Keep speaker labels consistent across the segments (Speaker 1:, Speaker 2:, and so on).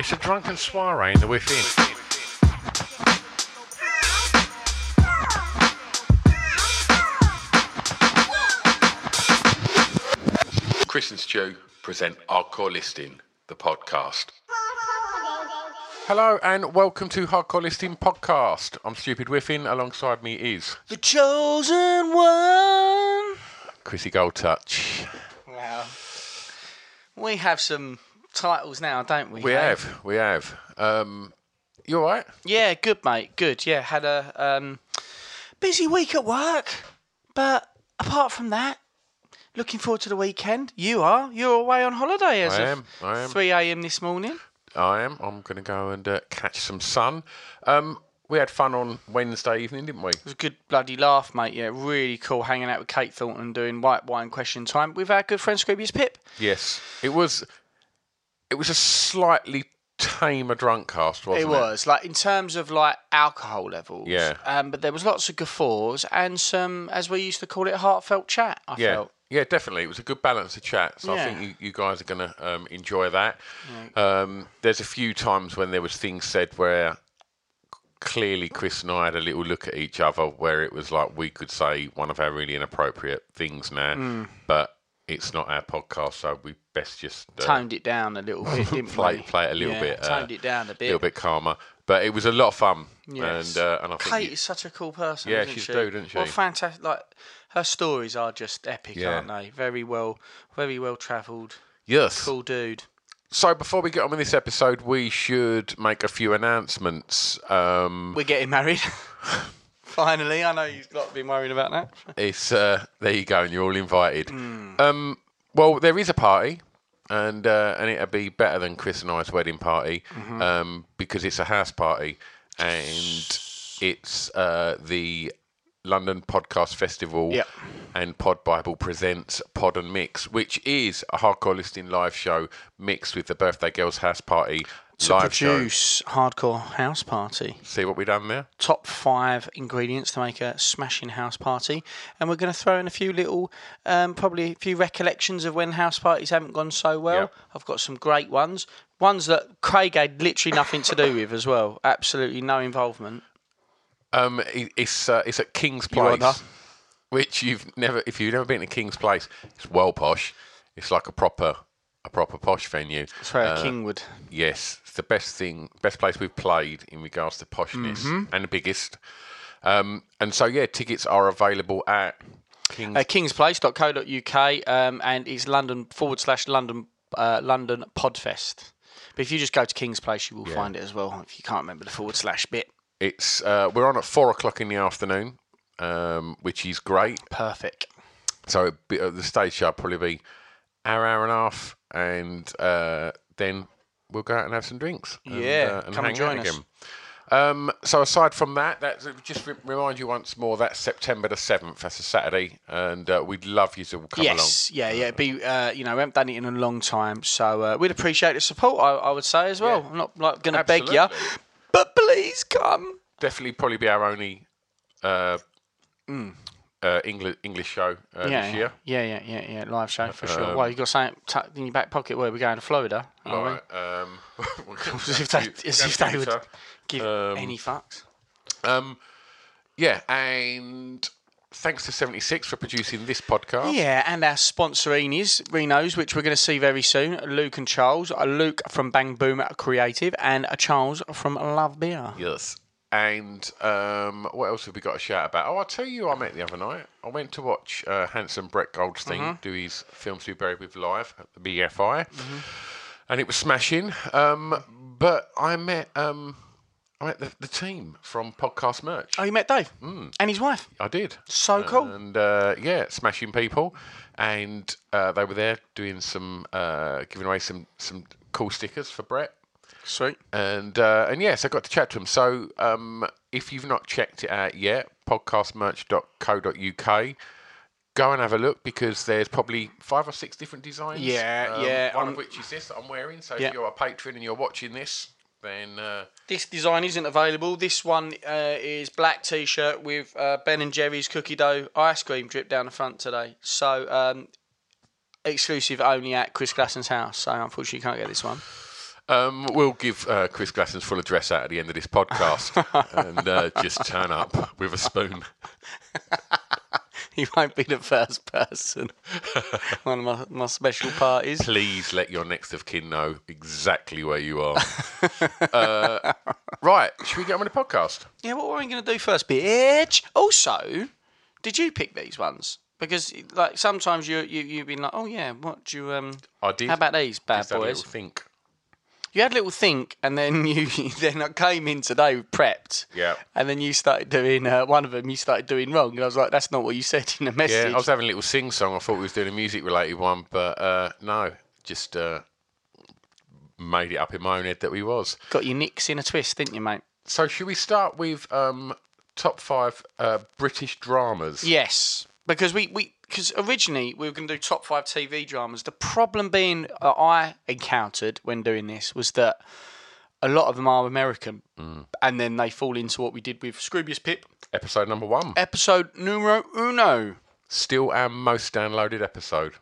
Speaker 1: It's a drunken soiree in the within.
Speaker 2: Chris and Stu present Our Core Listing, the podcast.
Speaker 1: Hello and welcome to Hardcore Listing Podcast. I'm Stupid Whiffin. Alongside me is
Speaker 3: The chosen one.
Speaker 1: Chrissy Goldtouch.
Speaker 3: Wow. We have some titles now, don't we?
Speaker 1: We
Speaker 3: eh?
Speaker 1: have, we have. Um, you all right?
Speaker 3: Yeah, good mate. Good. Yeah, had a um, busy week at work, but apart from that, looking forward to the weekend. You are. You're away on holiday as
Speaker 1: I
Speaker 3: of
Speaker 1: am, I am.
Speaker 3: 3 a.m. this morning.
Speaker 1: I am. I'm going to go and uh, catch some sun. Um, we had fun on Wednesday evening, didn't we?
Speaker 3: It was a good bloody laugh, mate. Yeah, really cool hanging out with Kate Thornton doing white wine question time with our good friend Scroobius Pip.
Speaker 1: Yes. It was. It was a slightly tamer drunk cast, wasn't it?
Speaker 3: It was like in terms of like alcohol levels.
Speaker 1: Yeah.
Speaker 3: Um, but there was lots of guffaws and some, as we used to call it, heartfelt chat. I
Speaker 1: Yeah.
Speaker 3: felt.
Speaker 1: Yeah, definitely. It was a good balance of chat. So I
Speaker 3: Yeah.
Speaker 1: think you, you guys are going to um, enjoy that. Um, there's a few times when there was things said where c- clearly Chris and I had a little look at each other where it was like we could say one of our really inappropriate things now,
Speaker 3: Hmm.
Speaker 1: but it's not our podcast, so we best just uh,
Speaker 3: Toned it down a little bit, didn't
Speaker 1: play
Speaker 3: we?
Speaker 1: play it a little
Speaker 3: Yeah,
Speaker 1: bit,
Speaker 3: Toned it down a
Speaker 1: a
Speaker 3: bit.
Speaker 1: little bit calmer. But it was a lot of fun,
Speaker 3: Yes.
Speaker 1: and uh, and I think
Speaker 3: Kate
Speaker 1: you-
Speaker 3: is such a cool person.
Speaker 1: Yeah,
Speaker 3: isn't
Speaker 1: she's
Speaker 3: she?
Speaker 1: dope, isn't
Speaker 3: Well,
Speaker 1: she?
Speaker 3: fantastic. Like her stories are just epic,
Speaker 1: Yeah.
Speaker 3: aren't they? Very well, very well travelled.
Speaker 1: yes,
Speaker 3: Cool dude.
Speaker 1: So before we get on with this episode, we should make a few announcements. Um,
Speaker 3: We're getting married. Finally, I know you've not been worrying about that.
Speaker 1: it's uh, there you go, and you're all invited.
Speaker 3: Hmm.
Speaker 1: Um, well, there is a party, and uh, and it'll be better than Chris and I's wedding party
Speaker 3: Mm-hmm.
Speaker 1: um, because it's a house party, and it's uh, the London Podcast Festival
Speaker 3: Yep.
Speaker 1: and Pod Bible presents Pod and Mix, which is a hardcore listening live show mixed with the Birthday Girls House Party
Speaker 3: To
Speaker 1: live show.
Speaker 3: produce hardcore house party.
Speaker 1: See what we done there.
Speaker 3: top five ingredients to make a smashing house party. And we're going to throw in a few little, um, probably a few recollections of when house parties haven't gone so well.
Speaker 1: Yep.
Speaker 3: I've got some great ones, ones that Craig had literally nothing to do with as well. Absolutely no involvement.
Speaker 1: Um, i- it's uh, it's at King's
Speaker 3: You are
Speaker 1: Place, which you've never if you've never been to King's Place, it's well posh. It's like a proper a proper posh venue.
Speaker 3: Sorry,
Speaker 1: Uh,
Speaker 3: Kingwood.
Speaker 1: Yes, it's the best thing, best place we've played in regards to poshness and the biggest. Um, and so yeah, tickets are available at King's.
Speaker 3: Uh, kingsplace.co.uk um, and it's London forward slash London uh, London Podfest. But if you just go to King's Place, you will find it as well. If you can't remember the forward slash bit,
Speaker 1: It's uh, we're on at four o'clock in the afternoon, um, which is great.
Speaker 3: perfect.
Speaker 1: So it'd be- uh, the stage show will probably be hour, hour and a half, and uh, then we'll go out and have some drinks. And,
Speaker 3: Yeah,
Speaker 1: uh, and
Speaker 3: come
Speaker 1: hang
Speaker 3: and join
Speaker 1: out
Speaker 3: us.
Speaker 1: again. Um, so aside from that, that's, just re- remind you once more that's September the seventh. That's a Saturday, and uh, we'd love you to come Mm.
Speaker 3: yes, yeah, yeah. it'd Be uh, you know, we haven't done it in a long time, so uh, we'd appreciate the support. I, I would say as well. I'm not like going
Speaker 1: along.
Speaker 3: to beg you,
Speaker 1: Absolutely.
Speaker 3: but please come.
Speaker 1: Definitely, probably be our only uh, uh, English English show uh,
Speaker 3: Mm. yeah,
Speaker 1: this year. Um,
Speaker 3: yeah, yeah, yeah, yeah. Live show for sure. Well, you got something tucked in your back pocket. Where we're going to Florida?
Speaker 1: All
Speaker 3: Are we?
Speaker 1: right. Um, we'll go
Speaker 3: As if
Speaker 1: back to
Speaker 3: they,
Speaker 1: you.
Speaker 3: as
Speaker 1: Go
Speaker 3: if
Speaker 1: back
Speaker 3: they
Speaker 1: to
Speaker 3: would
Speaker 1: you, sir.
Speaker 3: give
Speaker 1: Um,
Speaker 3: any fucks.
Speaker 1: Um, yeah, and thanks to 76 for producing this podcast.
Speaker 3: Yeah, and our sponsorinis, Renos, which we're going to see very soon. Luke and Charles, a Luke from Bang Boom Creative, and a Charles from Love Beer.
Speaker 1: Yes. And um, what else have we got to shout about? Oh, I'll tell you, who I met the other night. I went to watch uh, Handsome Brett Goldstein
Speaker 3: Mm-hmm.
Speaker 1: do his Films to be Buried with live at the BFI, and it was smashing. Um, but I met um, I met the, the team from Podcast Merch.
Speaker 3: Oh, you met Dave and his wife.
Speaker 1: I did.
Speaker 3: So cool.
Speaker 1: And Hmm. uh, yeah, smashing people, and uh, they were there doing some uh, giving away some some cool stickers for Brett.
Speaker 3: Sweet.
Speaker 1: And uh, and yes, I got to chat to him. So um, if you've not checked it out yet, podcastmerch.co.uk. Go and have a look because there's probably five or six different designs. um,
Speaker 3: Yeah, yeah,
Speaker 1: One
Speaker 3: I'm-
Speaker 1: of which is this that I'm wearing. So
Speaker 3: Yeah.
Speaker 1: if you're a patron and you're watching this, then uh,
Speaker 3: This design isn't available. This one uh, is black t-shirt with uh, Ben and Jerry's cookie dough ice cream drip down the front today. So um, exclusive only at Chris Glassen's house. So unfortunately, you can't get this one.
Speaker 1: Um, we'll give uh, Chris Glassen's full address out at the end of this podcast and uh, just turn up with a spoon.
Speaker 3: He won't be the first person. one of my, my special parties.
Speaker 1: Please let your next of kin know exactly where you are. uh, right, should we get on with the podcast?
Speaker 3: Yeah, what are we going to do first, bitch? Also, did you pick these ones? Because like sometimes you you you've been like, oh yeah, what do you um?
Speaker 1: I did.
Speaker 3: How about these bad
Speaker 1: Just had a
Speaker 3: boys?
Speaker 1: little think.
Speaker 3: You had a little think, and then you then I came in today prepped.
Speaker 1: Yeah.
Speaker 3: And then you started doing uh, one of them. You started doing wrong, and I was like, that's not what you said in the message.
Speaker 1: Yeah, I was having a little sing song. I thought we was doing a music related one, but uh, no, just uh, made it up in my own head that we was.
Speaker 3: Got your nicks in a twist, didn't you, mate?
Speaker 1: So should we start with um, top five uh, British dramas?
Speaker 3: Yes, because we we because originally we were going to do top five TV dramas. The problem being that I encountered when doing this was that a lot of them are American,
Speaker 1: Mm.
Speaker 3: and then they fall into what we did with Scroobius Pip
Speaker 1: Episode number one.
Speaker 3: episode numero uno.
Speaker 1: Still our most downloaded episode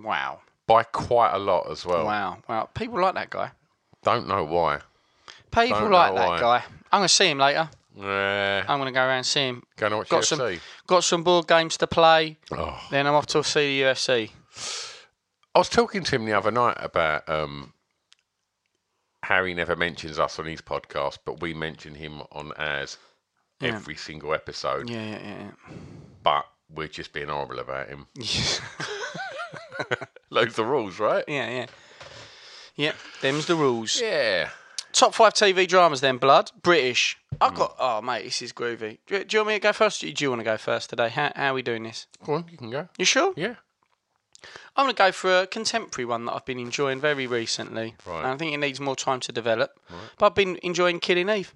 Speaker 3: Wow,
Speaker 1: by quite a lot as well.
Speaker 3: wow, wow! People like that guy.
Speaker 1: Don't know why.
Speaker 3: People
Speaker 1: Don't know
Speaker 3: like that
Speaker 1: why.
Speaker 3: guy. I'm gonna see him later.
Speaker 1: Eh,
Speaker 3: I'm gonna go around and see him.
Speaker 1: Go and watch
Speaker 3: Um, got
Speaker 1: UFC.
Speaker 3: some got some board games to play.
Speaker 1: Oh.
Speaker 3: Then I'm off to see the UFC.
Speaker 1: I was talking to him the other night about um, how he never mentions us on his podcast, but we mention him on ours every single episode.
Speaker 3: Yeah, yeah, yeah.
Speaker 1: But we're just being horrible about him.
Speaker 3: yeah.
Speaker 1: Loads of rules, right?
Speaker 3: Yeah, yeah. Yep, them's the rules.
Speaker 1: Yeah.
Speaker 3: Top five TV dramas then, Blood. British.
Speaker 1: Mm.
Speaker 3: I've got, oh, mate, this is groovy. Do, do you want me to go first? Do you want to go first today? How, how are we doing this?
Speaker 1: Go on, you can go.
Speaker 3: You sure?
Speaker 1: Yeah.
Speaker 3: I'm going to go for a contemporary one that I've been enjoying very recently.
Speaker 1: Right.
Speaker 3: And I think it needs more time to develop. But I've been enjoying Killing Eve.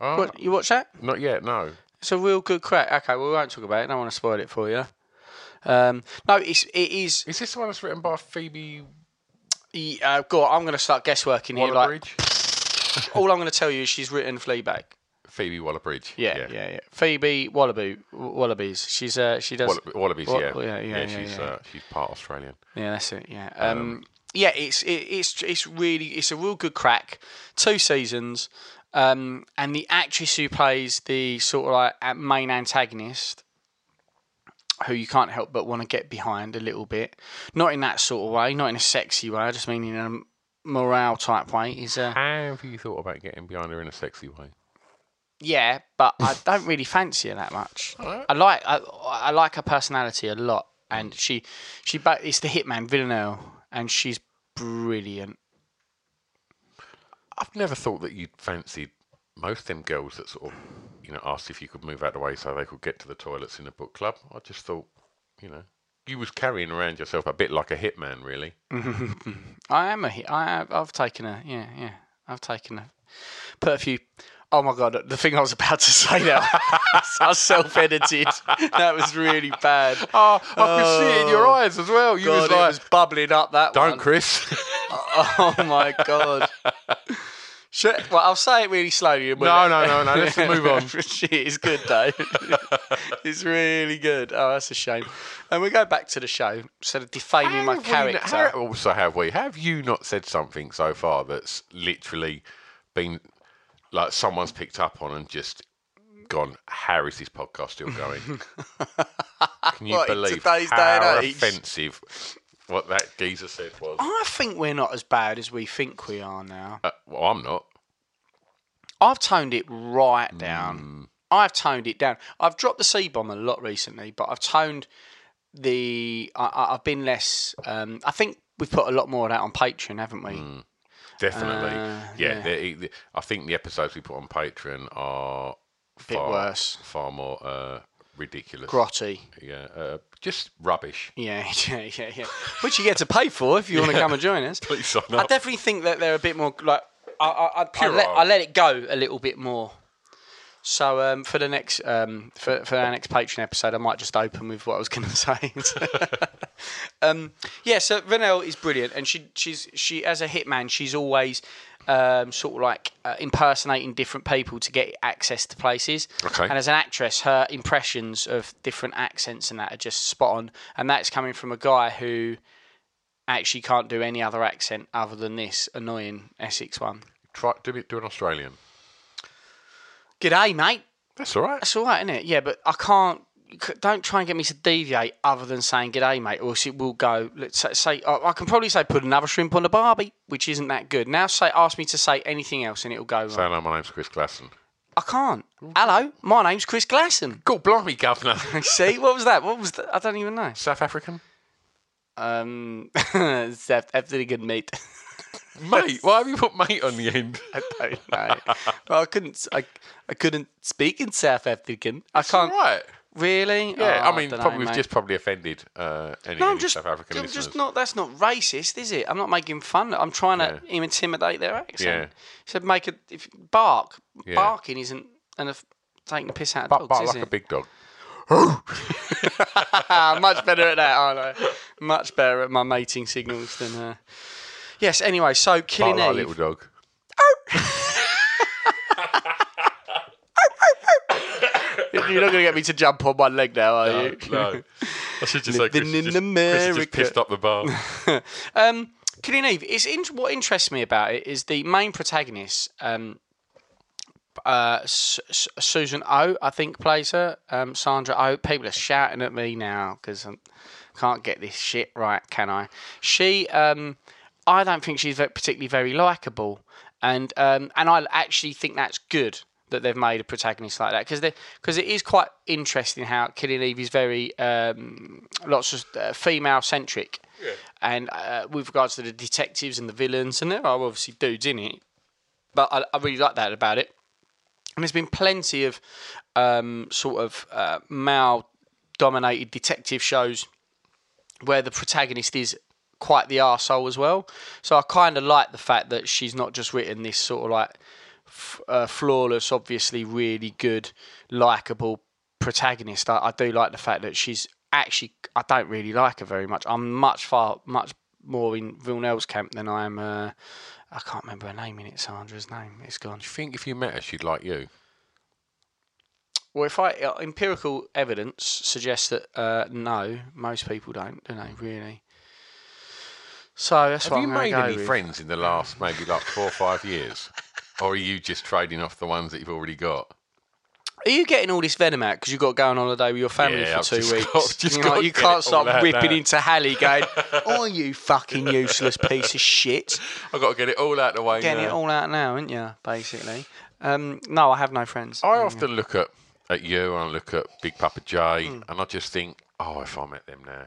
Speaker 1: Oh,
Speaker 3: What, you watch that?
Speaker 1: Not yet, no.
Speaker 3: It's a real good crack. Okay, well, we won't talk about it. I don't want to spoil it for you. Um, no, it's, it is.
Speaker 1: Is this the one that's written by Phoebe
Speaker 3: Uh, God, I'm going to start guessworking here.
Speaker 1: Waller
Speaker 3: Like,
Speaker 1: Bridge?
Speaker 3: all I'm going to tell you is she's written Fleabag.
Speaker 1: Phoebe Waller Bridge.
Speaker 3: Yeah, yeah, yeah. Phoebe Wallaby, Wallabies. She's uh, she does.
Speaker 1: Wallaby, Wallabies,
Speaker 3: Wall-
Speaker 1: yeah.
Speaker 3: yeah, yeah, yeah,
Speaker 1: she's
Speaker 3: yeah.
Speaker 1: Uh, she's part Australian.
Speaker 3: Yeah, that's it. Yeah. Um, yeah, it's it, it's it's really it's a real good crack. Two seasons, um, and the actress who plays the sort of like a- main antagonist, who you can't help but want to get behind a little bit, not in that sort of way, not in a sexy way. I just mean in a morale type way. Is uh,
Speaker 1: Have you thought about getting behind her in a sexy way?
Speaker 3: Yeah, but I don't really fancy her that much. I like I, I like her personality a lot, and she she ba- it's the hitman Villanelle, and she's brilliant.
Speaker 1: I've never thought that you'd fancied most of them girls that sort of, you know, asked if you could move out of the way so they could get to the toilets in a book club. I just thought, you know, you was carrying around yourself a bit like a hitman, really.
Speaker 3: I am a hit. I have, I've taken her. Yeah, yeah. I've taken her. Put a few. Oh my god, the thing I was about to say now. I was self-edited. That was really bad.
Speaker 1: Oh, I could see it in your eyes as well. You
Speaker 3: God,
Speaker 1: was
Speaker 3: it
Speaker 1: like,
Speaker 3: was bubbling up that one.
Speaker 1: Oh. don't, Chris.
Speaker 3: Oh my god. Should, well, I'll say it really slowly. and we'll
Speaker 1: no,
Speaker 3: let-
Speaker 1: no, no, no. Let's move on.
Speaker 3: Shit, it's good though. it's really good. Oh, that's a shame. And we go back to the show. So of defaming my
Speaker 1: Have we n-
Speaker 3: character.
Speaker 1: ha- also, oh, have we? Have you not said something so far that's literally been like someone's picked up on and just gone? How is this podcast still going? Can you
Speaker 3: What, in
Speaker 1: believe
Speaker 3: today's day and
Speaker 1: how
Speaker 3: age?
Speaker 1: offensive what that geezer said
Speaker 3: Oh.
Speaker 1: was?
Speaker 3: I think we're not as bad as we think we are now.
Speaker 1: Uh, well, I'm not.
Speaker 3: I've toned it right
Speaker 1: Hmm.
Speaker 3: down. I've toned it down. I've dropped the C bomb a lot recently, but I've toned the. I- I, I've been less. Um, I think we've put a lot more of that on Patreon, haven't we?
Speaker 1: Hmm. Definitely.
Speaker 3: Uh,
Speaker 1: yeah,
Speaker 3: yeah.
Speaker 1: the- the- I think the episodes we put on Patreon are
Speaker 3: Bit
Speaker 1: far
Speaker 3: worse.
Speaker 1: far more uh, ridiculous.
Speaker 3: Grotty.
Speaker 1: Yeah, uh, just rubbish.
Speaker 3: Yeah, yeah, yeah, yeah. Which you get to pay for if you want to come and join us.
Speaker 1: Please sign
Speaker 3: I
Speaker 1: up.
Speaker 3: definitely think that they're a bit more like I, I, I, I, let,
Speaker 1: Puerile.
Speaker 3: I let it go a little bit more. So um, for the next um, for, for our next Patreon episode, I might just open with what I was going to say. um, yeah, so Vanel is brilliant, and she she's she as a hitman, she's always um, sort of like uh, impersonating different people to get access to places.
Speaker 1: Okay.
Speaker 3: And as an actress, her impressions of different accents and that are just spot on, and that's coming from a guy who actually can't do any other accent other than this annoying Essex one.
Speaker 1: Try do it. Do an Australian.
Speaker 3: G'day, mate.
Speaker 1: That's all right.
Speaker 3: That's all right, isn't it? Yeah, but I can't. c- Don't try and get me to deviate other than saying "g'day, mate," or else it will go. Let's say, say I I can probably say "put another shrimp on the barbie," which isn't that good. Now say ask me to say anything else, and it'll go
Speaker 1: Say
Speaker 3: wrong.
Speaker 1: hello. My name's Chris Glasson.
Speaker 3: I can't. Hello, my name's Chris Glasson.
Speaker 1: God blimey, governor.
Speaker 3: See what was that? What was that? I don't even know.
Speaker 1: South African.
Speaker 3: Um, Zeph, after good meat.
Speaker 1: Mate, why have you put mate on the end?
Speaker 3: I don't know. well, I couldn't. I, I couldn't speak in South African. I can't.
Speaker 1: Right.
Speaker 3: Really?
Speaker 1: Yeah,
Speaker 3: Oh,
Speaker 1: I mean,
Speaker 3: dunno,
Speaker 1: probably we've
Speaker 3: mate.
Speaker 1: just probably offended uh, any,
Speaker 3: No, I'm
Speaker 1: any
Speaker 3: just.
Speaker 1: South African
Speaker 3: I'm
Speaker 1: listeners.
Speaker 3: just not. That's not racist, is it? I'm not making fun. I'm trying to intimidate their accent.
Speaker 1: Yeah.
Speaker 3: He said, "Make a if bark.
Speaker 1: Yeah.
Speaker 3: Barking isn't and if taking the piss out of
Speaker 1: but,
Speaker 3: dogs,
Speaker 1: but
Speaker 3: is
Speaker 1: like
Speaker 3: it?
Speaker 1: a big dog.
Speaker 3: Ah, much better at that, aren't I? Much better at my mating signals than. Uh... Yes. Anyway, so
Speaker 1: But
Speaker 3: killing
Speaker 1: like a
Speaker 3: Eve.
Speaker 1: little dog.
Speaker 3: You're not going to get me to jump on one leg now, are you?
Speaker 1: Uh, No. I should just say
Speaker 3: Living
Speaker 1: Chris, has just,
Speaker 3: in
Speaker 1: Chris has
Speaker 3: America.
Speaker 1: just pissed up the bar.
Speaker 3: Um, Killing Eve. It's in, what interests me about it is the main protagonist, um, uh, S- S- Susan O. I think plays her. Um, Sandra O. People are shouting at me now because I can't get this shit right, can I? She. Um, I don't think she's ve- particularly very likable, and um, and I actually think that's good that they've made a protagonist like that because because it is quite interesting how Killing Eve is very um, lots of uh, female centric. And uh, with regards to the detectives and the villains, and there are obviously dudes in it, but I, I really like that about it. And there's been plenty of um, sort of uh, male-dominated detective shows where the protagonist is quite the arsehole as well. So I kind of like the fact that she's not just written this sort of like f- uh, flawless, obviously really good, likable protagonist. I, I do like the fact that she's actually I don't really like her very much. I'm much far much more in Villeneuve's camp than I am. Uh, I can't remember her name in it. Sandra's name. It's gone.
Speaker 1: Do you think if you met her, she'd like you?
Speaker 3: Well, if I uh, empirical evidence suggests that uh, no, most people don't, do they? Really. So that's
Speaker 1: Have
Speaker 3: what
Speaker 1: you
Speaker 3: I'm gonna
Speaker 1: made
Speaker 3: go
Speaker 1: any
Speaker 3: with.
Speaker 1: friends in the last maybe like four or five years? Or are you just trading off the ones that you've already got?
Speaker 3: Are you getting all this venom out because you've got to go on holiday with your family
Speaker 1: Yeah,
Speaker 3: for
Speaker 1: I've
Speaker 3: two
Speaker 1: just
Speaker 3: weeks?
Speaker 1: got- just
Speaker 3: you know,
Speaker 1: got to
Speaker 3: you
Speaker 1: get
Speaker 3: can't
Speaker 1: it
Speaker 3: start
Speaker 1: all out
Speaker 3: ripping
Speaker 1: now.
Speaker 3: into Hallie going, "Oh, you fucking useless piece of shit!"
Speaker 1: I've got to get it all out of the way
Speaker 3: Getting it
Speaker 1: now.
Speaker 3: all out now, aren't you? Basically. Um, no, I have no friends.
Speaker 1: I often look at, at you and I look at Big Papa J
Speaker 3: Mm.
Speaker 1: and I just think, oh, if I met them now,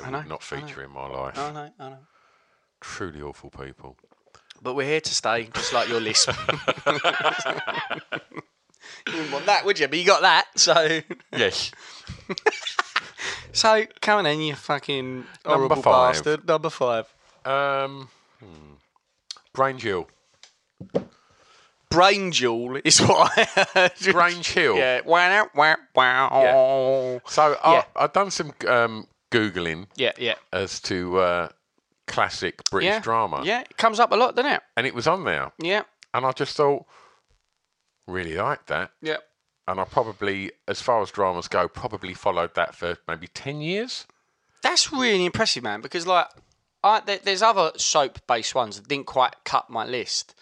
Speaker 1: they would not feature in my life.
Speaker 3: I know, I know.
Speaker 1: Truly awful people.
Speaker 3: But we're here to stay, just like your list. you wouldn't want that, would you? But you got that, so.
Speaker 1: Yes.
Speaker 3: So, coming in, you fucking
Speaker 1: Number
Speaker 3: horrible
Speaker 1: five.
Speaker 3: bastard. Number five.
Speaker 1: Um, hmm. Brain Jill.
Speaker 3: Brain jewel is what I heard.
Speaker 1: Brain Chill.
Speaker 3: Yeah. Wow, wow, wow.
Speaker 1: So
Speaker 3: Yeah.
Speaker 1: I, I've done some um, Googling
Speaker 3: Yeah, yeah.
Speaker 1: as to uh, classic British
Speaker 3: yeah.
Speaker 1: drama.
Speaker 3: Yeah, it comes up a lot, doesn't it?
Speaker 1: And it was on there.
Speaker 3: Yeah,
Speaker 1: And I just thought, really liked that.
Speaker 3: yeah.
Speaker 1: And I probably, as far as dramas go, probably followed that for maybe 10 years.
Speaker 3: That's really impressive, man, because, like, I, there, there's other soap based ones that didn't quite cut my list.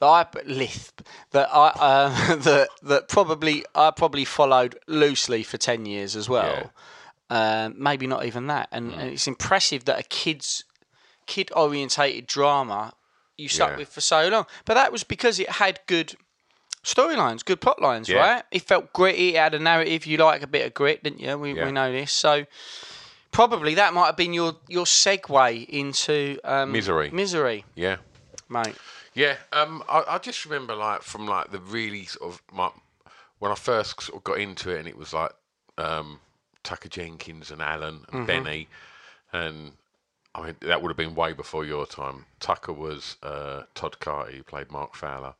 Speaker 3: That I lisp that I um, that that probably I probably followed loosely for ten years as well.
Speaker 1: Yeah. Mm.
Speaker 3: um, maybe not even that. And, and it's impressive that a kids kid orientated drama you stuck
Speaker 1: Yeah.
Speaker 3: with for so long. But that was because it had good storylines, good plot lines,
Speaker 1: Yeah.
Speaker 3: right? It felt gritty, it had a narrative. You like a bit of grit, didn't you? We,
Speaker 1: Yeah.
Speaker 3: we know this. So probably that might have been your, your segue into um,
Speaker 1: Misery.
Speaker 3: Misery,
Speaker 1: Yeah.
Speaker 3: mate.
Speaker 1: Yeah, um, I, I just remember like from like the really sort of my when I first sort of got into it, and it was like um, Tucker Jenkins and Alan
Speaker 3: Mm-hmm.
Speaker 1: and Benny, and I mean that would have been way before your time. Tucker was uh, Todd Carty, who played Mark Fowler,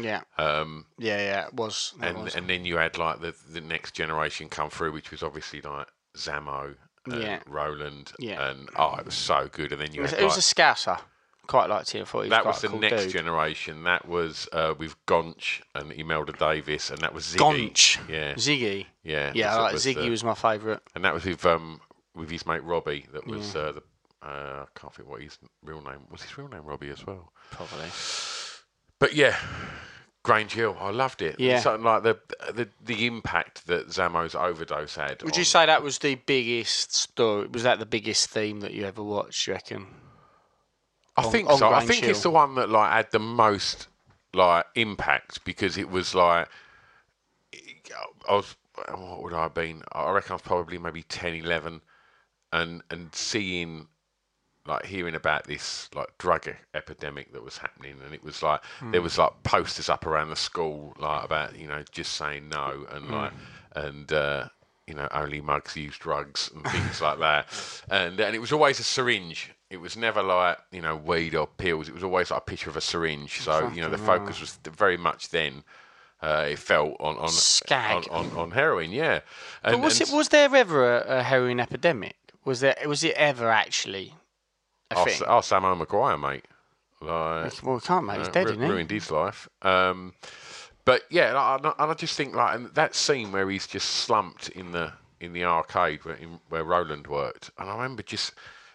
Speaker 3: Yeah.
Speaker 1: um,
Speaker 3: Yeah, yeah, it was. It
Speaker 1: and
Speaker 3: was.
Speaker 1: and then you had like the the next generation come through, which was obviously like Zamo, and
Speaker 3: Yeah.
Speaker 1: Roland,
Speaker 3: Yeah.
Speaker 1: and oh, it was so good. And then you
Speaker 3: It was,
Speaker 1: had
Speaker 3: it was
Speaker 1: like-
Speaker 3: a scouser. Quite liked him. I thought he was
Speaker 1: that
Speaker 3: quite
Speaker 1: was
Speaker 3: a
Speaker 1: the
Speaker 3: cool
Speaker 1: next
Speaker 3: dude.
Speaker 1: generation. That was uh, with Gonch and Imelda Davis, and that was Ziggy.
Speaker 3: Gonch.
Speaker 1: Yeah,
Speaker 3: Ziggy.
Speaker 1: yeah,
Speaker 3: Yeah,
Speaker 1: that's-
Speaker 3: I
Speaker 1: that
Speaker 3: like Ziggy
Speaker 1: the-
Speaker 3: was my favourite.
Speaker 1: and that was with um with his mate Robbie. That was uh, the uh, I can't think what his real name was. His real name Robbie as well.
Speaker 3: Probably.
Speaker 1: But yeah, Grange Hill, I loved it.
Speaker 3: Yeah.
Speaker 1: something like the the the impact that Zamo's overdose had.
Speaker 3: Would
Speaker 1: on-
Speaker 3: you say that was the biggest story? Was that the biggest theme that you ever watched? You reckon?
Speaker 1: I
Speaker 3: on-
Speaker 1: think
Speaker 3: on
Speaker 1: so. I
Speaker 3: Grange
Speaker 1: think it's
Speaker 3: Hill?
Speaker 1: the one that like had the most like impact because it was like I was what would I have been? I reckon I was probably maybe 10, 11 and and seeing like hearing about this like drug e- epidemic that was happening and it was like
Speaker 3: Hmm.
Speaker 1: there was like posters up around the school like about you know just saying no and
Speaker 3: Hmm.
Speaker 1: like and uh you know only mugs use drugs and things like that and and it was always a syringe it was never like you know weed or pills it was always like a picture of a syringe so you know the focus was very much then uh, it felt on on, on
Speaker 3: Skag.
Speaker 1: on on heroin yeah
Speaker 3: But
Speaker 1: And-
Speaker 3: was
Speaker 1: and
Speaker 3: it? Was there ever a, a heroin epidemic? Was there? Was it ever actually a
Speaker 1: oh,
Speaker 3: thing?
Speaker 1: Sa- oh Samo Maguire mate like
Speaker 3: Well, we can't, mate. He's dead,
Speaker 1: uh, ru-
Speaker 3: isn't he?
Speaker 1: ruined his life. Um, but yeah, and I, and I- and I just think like and that scene where he's just slumped in the in the arcade where in, where Roland worked, and I remember just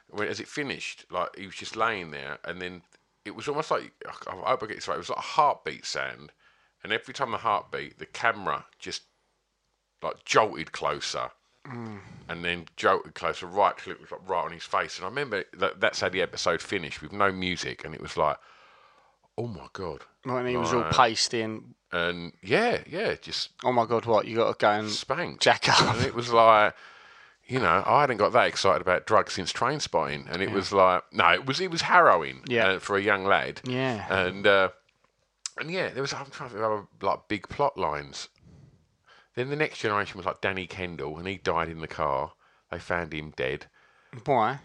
Speaker 1: when as it finished, like he was just laying there, and then it was almost like I I hope I get this right. It was like a heartbeat sound, and every time the heartbeat, the camera just like jolted closer.
Speaker 3: Mm.
Speaker 1: And then jolted closer, right till it was like right on his face. And I remember that, that's how the episode finished with no music, and it was like, oh my god
Speaker 3: Right, and he was all
Speaker 1: uh,
Speaker 3: pasty and
Speaker 1: and yeah yeah just
Speaker 3: oh my god, what you got to go and
Speaker 1: spanked
Speaker 3: jack up.
Speaker 1: and it was like you know i hadn't got that excited about drugs since train spotting and it was like no it was it was harrowing
Speaker 3: Yeah.
Speaker 1: uh, for a young lad
Speaker 3: Yeah.
Speaker 1: and uh and yeah there was i'm trying to think of other, like big plot lines then the next generation was like danny kendall and he died in the car they found him dead
Speaker 3: Why?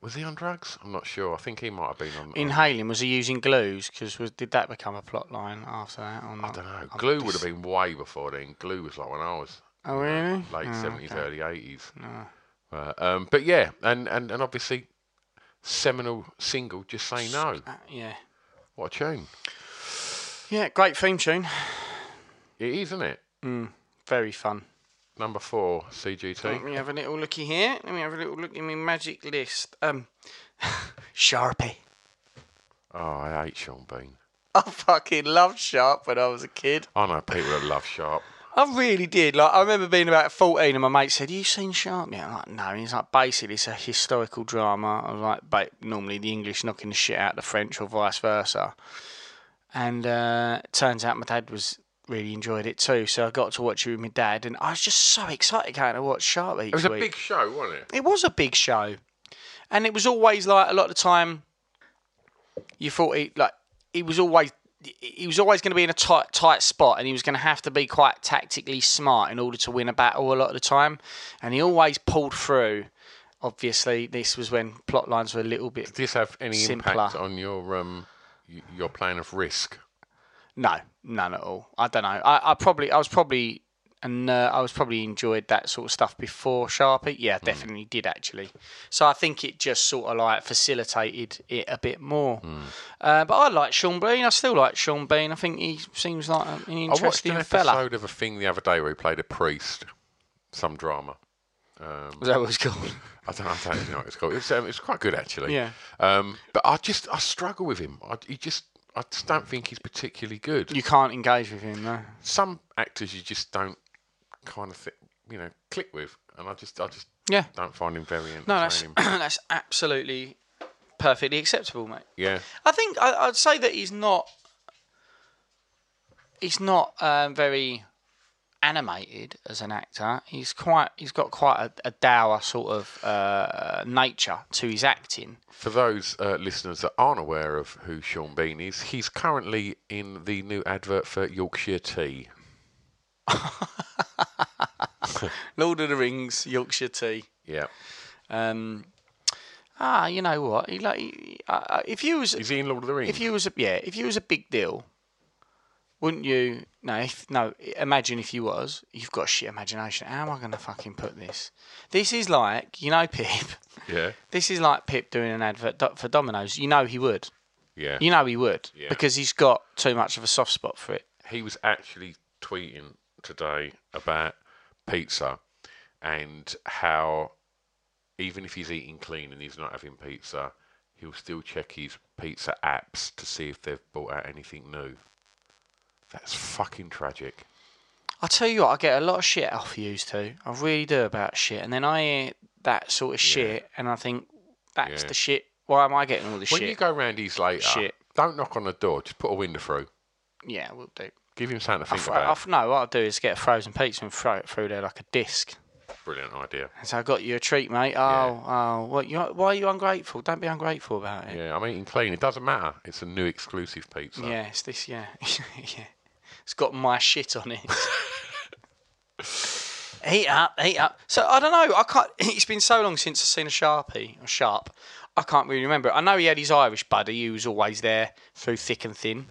Speaker 1: was he on drugs i'm not sure i think he might have been on, on
Speaker 3: Inhaling was he using glues? Because did that become a plot line after that? Or
Speaker 1: I
Speaker 3: not?
Speaker 1: don't know. Glue would have been way before then. Glue was like when I was
Speaker 3: Oh really?
Speaker 1: late seventies, early eighties. Uh, um, but yeah, and, and, and obviously seminal single, just say no.
Speaker 3: Uh, yeah.
Speaker 1: What a tune
Speaker 3: Yeah, great theme tune.
Speaker 1: it is, isn't it?
Speaker 3: Very fun.
Speaker 1: Number four, CGT.
Speaker 3: Let me have a little looky here. Let me have a little look in my magic list. Um, Sharpie.
Speaker 1: Oh, I hate Sean Bean.
Speaker 3: I fucking loved Sharp when I was a kid.
Speaker 1: I know people that love Sharp.
Speaker 3: I really did. Like, I remember being about 14 and my mate said, you seen Sharp yet? I'm like, no. And he's like, basically, it's a historical drama of like, ba- normally the English knocking the shit out of the French or vice versa. And uh, it turns out my dad was really enjoyed it too. So I got to watch it with my dad and I was just so excited going to watch Sharp each
Speaker 1: It was a
Speaker 3: week.
Speaker 1: big show, wasn't it?
Speaker 3: it was a big show, and it was always like a lot of the time. You thought he like he was always he was always going to be in a tight tight spot, and he was going to have to be quite tactically smart in order to win a battle a lot of the time, and he always pulled through. Obviously, this was when plot lines were a little bit
Speaker 1: Did this have any impact
Speaker 3: Simpler.
Speaker 1: on your um y- your plan of risk?
Speaker 3: No, none at all. I don't know. I, I probably, I was probably, and uh, I was probably enjoyed that sort of stuff before Sharpie. Yeah, definitely did actually. So I think it just sort of like facilitated it a bit more. Uh, but I like Sean Bean. I still like Sean Bean. I think he seems like an
Speaker 1: I watched
Speaker 3: interesting
Speaker 1: an episode
Speaker 3: fella.
Speaker 1: of a thing the other day where he played a priest, some drama.
Speaker 3: Was that what it's called?
Speaker 1: I don't, I don't know what it's called. It's, um, it's quite good actually.
Speaker 3: Yeah.
Speaker 1: Um, but I just I struggle with him. I, he just I just don't think he's particularly good.
Speaker 3: You can't engage with him, no.
Speaker 1: Some actors you just don't kind of th- you know click with, and I just I just
Speaker 3: Yeah.
Speaker 1: don't find him very entertaining.
Speaker 3: No, that's that's absolutely perfectly acceptable, mate.
Speaker 1: yeah.
Speaker 3: I think I, I'd say that he's not he's not um, very animated as an actor. He's quite he's got quite a, a dour sort of uh, nature to his acting.
Speaker 1: For those uh, listeners that aren't aware of who Sean Bean is, he's currently in the new advert for Yorkshire Tea.
Speaker 3: Lord of the Rings, Yorkshire Tea.
Speaker 1: Yeah.
Speaker 3: Um, ah, you know what? He like he- uh, if you was
Speaker 1: Is he in Lord of the Rings?
Speaker 3: if you was a, yeah if you was a big deal, wouldn't you? No, if, no. Imagine if you was. You've got a shit imagination. How am I gonna fucking put this? This is like you know Pip.
Speaker 1: yeah.
Speaker 3: This is like Pip doing an advert do- for Domino's. You know he would.
Speaker 1: Yeah.
Speaker 3: You know he would
Speaker 1: Yeah.
Speaker 3: because he's got too much of a soft spot for it.
Speaker 1: he was actually tweeting today about pizza and how even if he's eating clean and he's not having pizza, he'll still check his pizza apps to see if they've bought out anything new. That's fucking tragic.
Speaker 3: I tell you what, I get a lot of shit off yous too. I really do about shit, and then I hear that sort of shit, and I think that's
Speaker 1: Yeah.
Speaker 3: the shit. Why am I getting all this
Speaker 1: When
Speaker 3: shit?
Speaker 1: you go round his later,
Speaker 3: Shit.
Speaker 1: don't knock on the door. Just put a window through.
Speaker 3: yeah, we'll do.
Speaker 1: Give him something to
Speaker 3: I
Speaker 1: think
Speaker 3: fro- I
Speaker 1: about.
Speaker 3: f- no, what I'll do is get a frozen pizza and throw it through there like a disc.
Speaker 1: Brilliant idea.
Speaker 3: And so I got you a treat, mate. Oh, oh, what? You, why are you ungrateful? Don't be ungrateful about it.
Speaker 1: Yeah, I'm eating clean. It doesn't matter. It's a new exclusive pizza.
Speaker 3: Yeah, it's this. Yeah, yeah. It's got my shit on it. heat up, heat up. So I don't know. I can't. It's been so long since I've seen a sharpie or sharp. I can't really remember. it. I know he had his Irish buddy who was always there through thick and thin.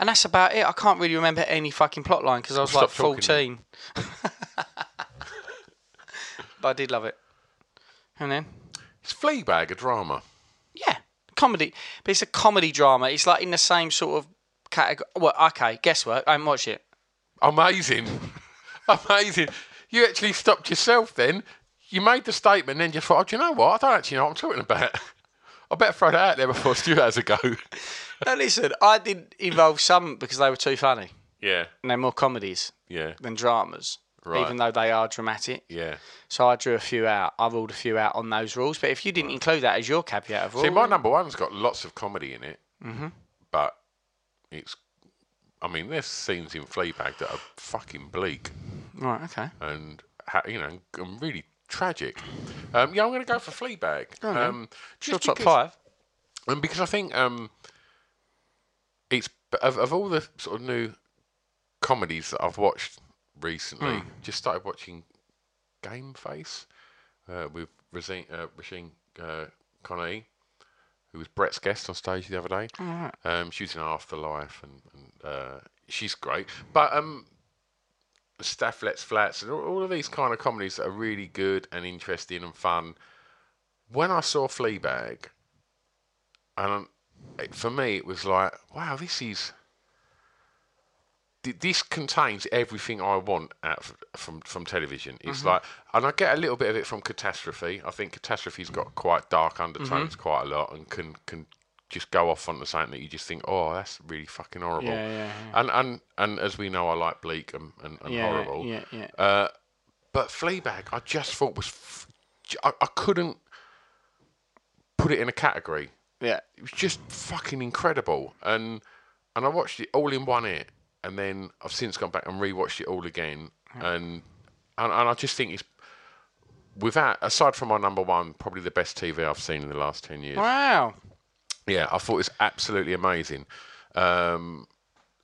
Speaker 3: And that's about it. I can't really remember any fucking plot line because I was
Speaker 1: Stop
Speaker 3: like
Speaker 1: talking.
Speaker 3: 14. but I did love it. And then
Speaker 1: It's Fleabag, a drama.
Speaker 3: yeah, comedy. But it's a comedy drama. It's like in the same sort of category. Well, okay, guess what? I haven't watched it.
Speaker 1: Amazing. Amazing. You actually stopped yourself then. You made the statement, then just thought, oh, do you know what? I don't actually know what I'm talking about. I better throw that out there before Stu has a go.
Speaker 3: Now listen, I did involve some because they were too funny,
Speaker 1: Yeah.
Speaker 3: and they're more comedies
Speaker 1: Yeah.
Speaker 3: than dramas,
Speaker 1: Right.
Speaker 3: even though they are dramatic.
Speaker 1: Yeah.
Speaker 3: So I drew a few out. I ruled a few out on those rules. But if you didn't include that as your caveat of rule,
Speaker 1: See, my number one's got lots of comedy in it, mm-hmm. but it's, I mean, there's scenes in Fleabag that are fucking bleak
Speaker 3: right? Okay.
Speaker 1: and, ha- you know, and really tragic. Um, yeah, I'm going to go for Fleabag. um,
Speaker 3: It's your
Speaker 1: just
Speaker 3: top
Speaker 1: because-
Speaker 3: five.
Speaker 1: And because I think um, it's of, of all the sort of new comedies that I've watched recently, just started watching Game Face uh, with Rosine, uh, Rasheen uh, Connie, who was Brett's guest on stage the other day. Um, she was in Afterlife, and, and uh, she's great. But um, Staff Let's Flats and all, all of these kind of comedies that are really good and interesting and fun. When I saw Fleabag, and um, it, for me it was like, wow, this is th- this contains everything I want out of, from from television. It's
Speaker 3: Mm-hmm.
Speaker 1: like, and I get a little bit of it from Catastrophe. I think Catastrophe's got quite dark undertones,
Speaker 3: Mm-hmm.
Speaker 1: quite a lot, and can can just go off onto something that you just think, oh, that's really fucking horrible.
Speaker 3: Yeah, yeah,
Speaker 1: And and and as we know, I like bleak and and, and
Speaker 3: Yeah,
Speaker 1: horrible. Uh,
Speaker 3: yeah, yeah.
Speaker 1: But Fleabag, I just thought was, f- j- I, I couldn't put it in a category
Speaker 3: yeah.
Speaker 1: it was just fucking incredible. And and I watched it all in one hit, and then I've since gone back and rewatched it all again. And and, and I just think it's without aside from my number one, probably the best TV I've seen in the last ten years.
Speaker 3: Wow.
Speaker 1: Yeah, I thought it was absolutely amazing. Um,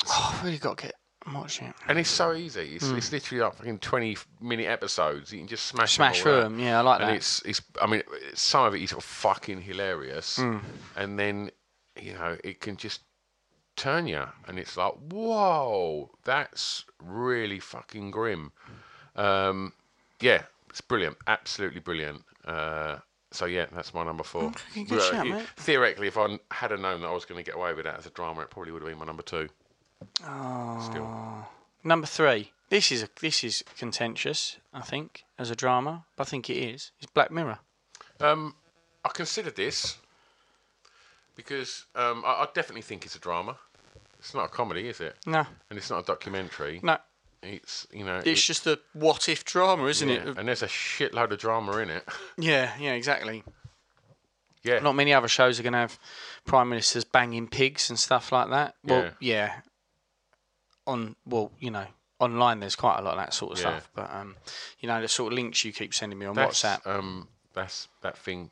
Speaker 3: Oh, I've really got to get and watch it.
Speaker 1: and it's so easy.
Speaker 3: Hmm.
Speaker 1: It's, it's literally like fucking twenty minute episodes. You can just smash
Speaker 3: Smash
Speaker 1: them all
Speaker 3: through
Speaker 1: out.
Speaker 3: 'em, yeah, I like
Speaker 1: and
Speaker 3: that.
Speaker 1: it's it's. I mean, some of it is fucking hilarious,
Speaker 3: Hmm.
Speaker 1: and then you know it can just turn you, and it's like, whoa, that's really fucking grim. Um, yeah, it's brilliant, absolutely brilliant. Uh, so yeah, that's my number four.
Speaker 3: Fucking good shout,
Speaker 1: you-
Speaker 3: mate.
Speaker 1: Theoretically, if I had known that I was going to get away with that as a drama, it probably would have been my number two. Still,
Speaker 3: Number three. This is a, this is contentious, I think, as a drama. I think it is. It's Black Mirror.
Speaker 1: um, I considered this because um, I, I definitely think it's a drama. It's not a comedy, is it?
Speaker 3: No,
Speaker 1: And it's not a documentary.
Speaker 3: no.
Speaker 1: It's you know,
Speaker 3: It's
Speaker 1: it-
Speaker 3: just a what if drama, isn't
Speaker 1: yeah,
Speaker 3: it?
Speaker 1: and there's a shitload of drama in it.
Speaker 3: Yeah, yeah, exactly.
Speaker 1: yeah,
Speaker 3: Not many other shows are going to have prime ministers banging pigs and stuff like that. Well, yeah. on well, you know, online there's quite a lot of that sort of
Speaker 1: Yeah.
Speaker 3: stuff. But um, you know, the sort of links you keep sending me on
Speaker 1: That's,
Speaker 3: WhatsApp,
Speaker 1: Um, that's that thing.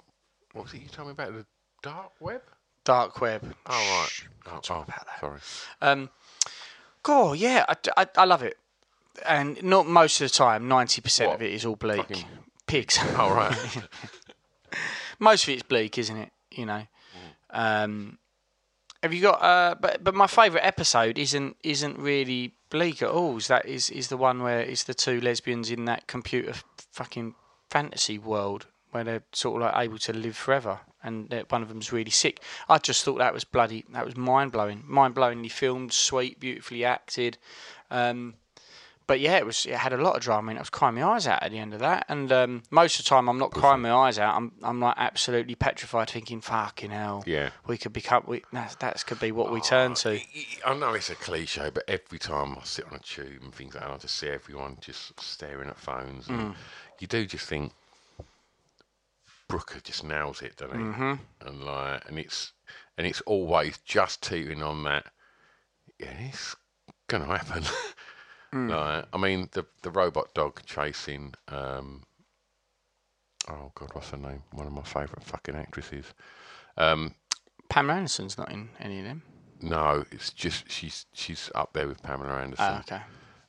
Speaker 1: What was it you told me about? The dark web?
Speaker 3: dark web.
Speaker 1: Oh, right.
Speaker 3: Shh.
Speaker 1: Oh, oh, Sorry.
Speaker 3: Um, God, yeah, I, I, I love it, and not most of the time. Ninety percent
Speaker 1: What?
Speaker 3: of it is all bleak.
Speaker 1: Fucking-
Speaker 3: Pigs.
Speaker 1: All Oh, right.
Speaker 3: most of it's bleak, isn't it? You know. Um, have you got? Uh, but but my favourite episode isn't isn't really bleak at all. Is that is is the one where it's the two lesbians in that computer f- fucking fantasy world where they're sort of like able to live forever, and that one of them's really sick. I just thought that was bloody that was mind blowing, mind blowingly filmed, sweet, beautifully acted. Um, but yeah, it was it had a lot of drama and I was crying my eyes out at the end of that. And um, most of the time, I'm not crying my eyes out. I'm I'm like absolutely petrified, thinking, "Fucking hell,
Speaker 1: Yeah.
Speaker 3: we could become we that that could be what we turn to."
Speaker 1: I know it's a cliche, but every time I sit on a tube and things like that, I just see everyone just staring at phones. And You do just think Brooker just nails it, doesn't he? And like, and it's and it's always just teetering on that. Yeah, it's gonna happen. like, I mean, the the robot dog chasing. um Oh God, what's her name? One of my favourite fucking actresses. Um,
Speaker 3: Pam Anderson's not in any of them.
Speaker 1: no, it's just she's she's up there with Pamela Anderson.
Speaker 3: Oh, okay.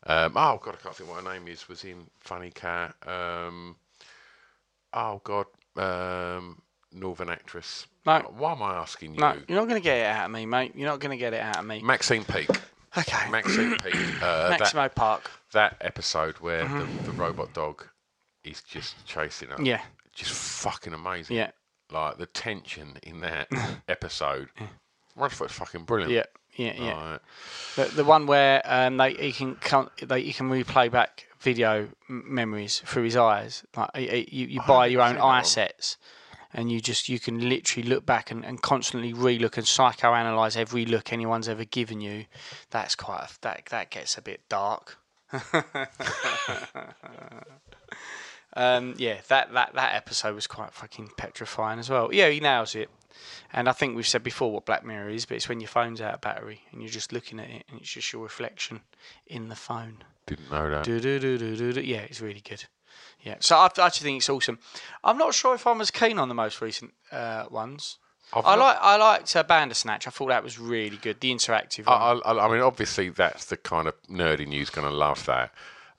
Speaker 1: Um, oh god, I can't think what her name is. Was in Funny Cat. Um, oh god, um, Northern actress. Uh,
Speaker 3: No.
Speaker 1: Why am I asking you?
Speaker 3: No, you're not going to get it out of me, mate. You're not going to get it out of me.
Speaker 1: Maxine Peake.
Speaker 3: Okay.
Speaker 1: Maxine Peake. Uh,
Speaker 3: Maximo
Speaker 1: that,
Speaker 3: Park.
Speaker 1: that episode where the, the robot dog is just chasing her.
Speaker 3: Mm-hmm. Yeah.
Speaker 1: Just fucking amazing.
Speaker 3: Yeah.
Speaker 1: Like the tension in that episode. Rutherford's fucking brilliant.
Speaker 3: Yeah. Yeah. Yeah.
Speaker 1: Like,
Speaker 3: The, the one where um, they he can come, they he can replay back video m- memories through his eyes. Like he- he- you, you buy your own
Speaker 1: seen that one.
Speaker 3: eye sets, and you just you can literally look back and, and constantly relook and psychoanalyze every look anyone's ever given you. That's quite a, that that gets a bit dark. um, yeah, that, that that episode was quite fucking petrifying as well. Yeah, he nails it. And I think we've said before what Black Mirror is, but it's when your phone's out of battery and you're just looking at it and it's just your reflection in the phone.
Speaker 1: didn't know that.
Speaker 3: Do, do, do, do, do, do. Yeah, it's really good. Yeah, so I I actually think it's awesome. I'm not sure if I'm as keen on the most recent uh, ones.
Speaker 1: I've
Speaker 3: I
Speaker 1: not-
Speaker 3: like I liked uh, Bandersnatch. I thought that was really good. The interactive one.
Speaker 1: I, I, I mean, obviously, that's the kind of nerd in you's going to love that.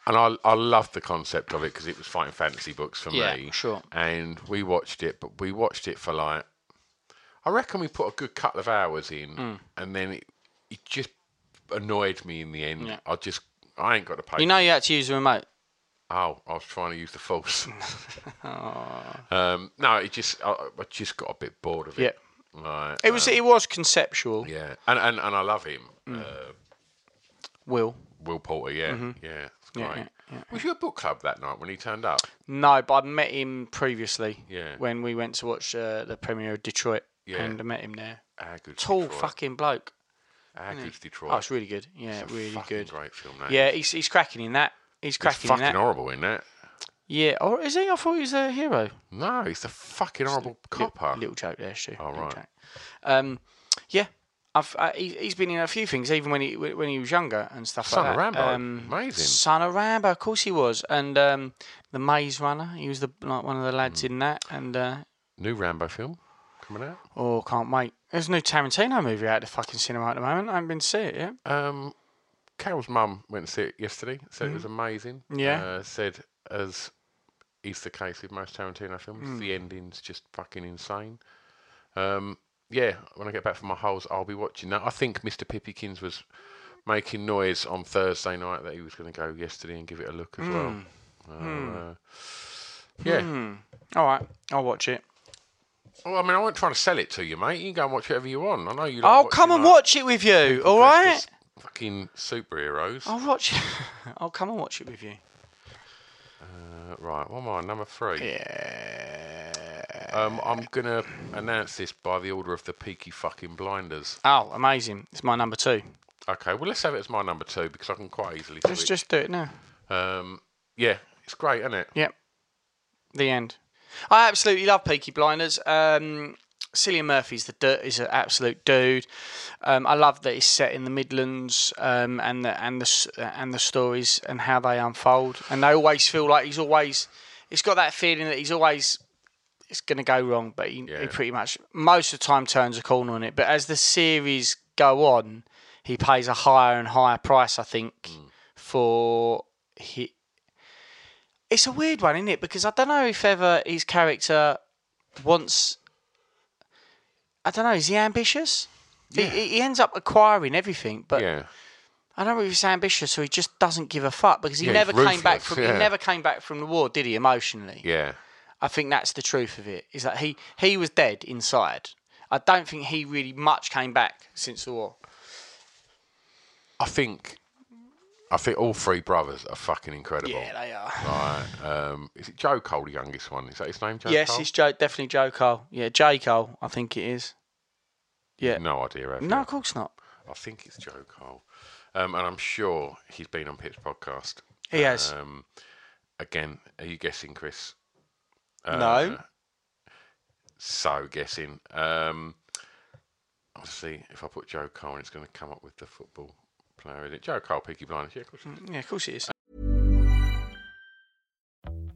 Speaker 1: And I, I love the concept of it because it was fighting fantasy books for
Speaker 3: Yeah,
Speaker 1: me.
Speaker 3: sure.
Speaker 1: And we watched it, but we watched it for like, I reckon we put a good couple of hours in,
Speaker 3: Hmm.
Speaker 1: and then it, it just annoyed me in the end.
Speaker 3: Yeah.
Speaker 1: I just, I ain't got to pay.
Speaker 3: you know, you had to use the remote.
Speaker 1: oh, I was trying to use the false. um, no, it just, I, I just got a bit bored of it. Yeah. Like, um,
Speaker 3: It was e- Hmm. it was conceptual.
Speaker 1: yeah. And, and, and I love him. Uh,
Speaker 3: Will
Speaker 1: Will Porter, yeah, yeah, it's great.
Speaker 3: Mm-hmm. Yeah, yeah,
Speaker 1: Was you at book club that night when he turned up?
Speaker 3: no, but I met him previously.
Speaker 1: Yeah.
Speaker 3: When we went to watch uh, the premiere of Detroit.
Speaker 1: Yeah.
Speaker 3: And I met him there.
Speaker 1: Ah, good
Speaker 3: Tall
Speaker 1: Detroit.
Speaker 3: fucking bloke.
Speaker 1: Ah, good Detroit.
Speaker 3: Oh, it's really good. Yeah,
Speaker 1: It's a
Speaker 3: really
Speaker 1: fucking
Speaker 3: good.
Speaker 1: Great film. That
Speaker 3: Yeah,
Speaker 1: is.
Speaker 3: he's he's cracking in that. He's
Speaker 1: He's
Speaker 3: cracking in
Speaker 1: fucking
Speaker 3: that.
Speaker 1: horrible in that.
Speaker 3: Yeah, or is he? I thought he was a hero.
Speaker 1: No, he's the fucking horrible copper.
Speaker 3: Little joke there, Stu.
Speaker 1: Oh,
Speaker 3: Little
Speaker 1: right.
Speaker 3: joke. Um, yeah, I've uh, he, he's been in a few things, even when he when he was younger and stuff
Speaker 1: Son
Speaker 3: like
Speaker 1: of
Speaker 3: that. Um,
Speaker 1: Rambo. Amazing.
Speaker 3: Son of Rambo, of course he was, and um, the Maze Runner. He was the like one of the lads
Speaker 1: Hmm.
Speaker 3: in that, and uh,
Speaker 1: New Rambo film coming out.
Speaker 3: oh, can't wait. There's a new Tarantino movie out at the fucking cinema at the moment. I haven't been to see it yet.
Speaker 1: Um, Carol's mum went to see it yesterday. Said it was amazing.
Speaker 3: Mm-hmm. Yeah.
Speaker 1: Uh, said as is the case with most Tarantino films, the
Speaker 3: Mm.
Speaker 1: ending's just fucking insane. Um, yeah, when I get back from my holes, I'll be watching that. I think Mr. Pippykins was making noise on Thursday night that he was going to go yesterday and give it a look as well.
Speaker 3: Mm.
Speaker 1: Uh,
Speaker 3: Hmm.
Speaker 1: yeah.
Speaker 3: All right, I'll watch it.
Speaker 1: Well, I mean, I wasn't trying to sell it to you, mate. You can go and watch whatever you want. I know you. like
Speaker 3: I'll
Speaker 1: watching,
Speaker 3: Oh, come and
Speaker 1: like,
Speaker 3: watch it with you. All
Speaker 1: dressed
Speaker 3: right.
Speaker 1: as Fucking superheroes.
Speaker 3: I'll watch. It. I'll come and watch it with you.
Speaker 1: Uh, Right, one more, number three.
Speaker 3: Yeah.
Speaker 1: Um, I'm gonna announce this by the order of the Peaky fucking blinders.
Speaker 3: Oh, amazing! It's my number two.
Speaker 1: Okay, well let's have it as my number two because I can quite easily do
Speaker 3: Let's
Speaker 1: it.
Speaker 3: just do it now.
Speaker 1: Um, yeah, it's great, isn't it?
Speaker 3: Yep. The end. I absolutely love Peaky Blinders. Um, Cillian Murphy's the dirt is an absolute dude. Um, I love that it's set in the Midlands um, and the and the s- and the stories and how they unfold. And they always feel like he's always. It's got that feeling that he's always. It's going to go wrong, but he, he
Speaker 1: Yeah.
Speaker 3: pretty much most of the time turns a corner on it. But as the series go on, he pays a higher and higher price. I think
Speaker 1: Mm.
Speaker 3: for he. It's a weird one, isn't it? Because I don't know if ever his character wants I don't know. Is he ambitious? He- He, he ends up acquiring everything, but
Speaker 1: yeah.
Speaker 3: I don't know if he's ambitious or he just doesn't give a fuck because he
Speaker 1: Yeah, he's
Speaker 3: never came back
Speaker 1: ruthless,
Speaker 3: from he
Speaker 1: yeah.
Speaker 3: never came back from the war, did he? Emotionally,
Speaker 1: Yeah.
Speaker 3: I think that's the truth of it. Is that he he was dead inside. I don't think he really much came back since the war.
Speaker 1: I think I think all three brothers are fucking incredible.
Speaker 3: Yeah, they are.
Speaker 1: Right. Um, is it Joe Cole, the youngest one? Is that his name, Joe
Speaker 3: yes,
Speaker 1: Cole?
Speaker 3: it's Joe, definitely Joe Cole. Yeah, J Cole, I think it is. Yeah.
Speaker 1: No idea. have
Speaker 3: No,
Speaker 1: you?
Speaker 3: of course not.
Speaker 1: I think it's Joe Cole. Um, and I'm sure he's been on Pitt's podcast.
Speaker 3: He has.
Speaker 1: Um, again, are you guessing, Chris? Uh,
Speaker 3: no.
Speaker 1: So guessing. Um, I'll see if I put Joe Cole, it's going to come up with the football player in it. Joe Cole, Peaky Blinders. Yeah, of course. it is.
Speaker 3: Yeah, of course it is.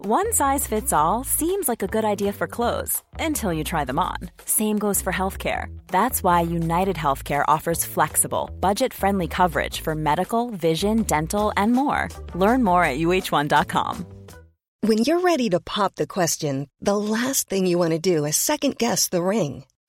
Speaker 4: One size fits all seems like a good idea for clothes until you try them on. Same goes for healthcare. That's why United Healthcare offers flexible, budget friendly coverage for medical, vision, dental, and more. Learn more at uh1.com.
Speaker 5: When you're ready to pop the question, the last thing you want to do is second guess the ring.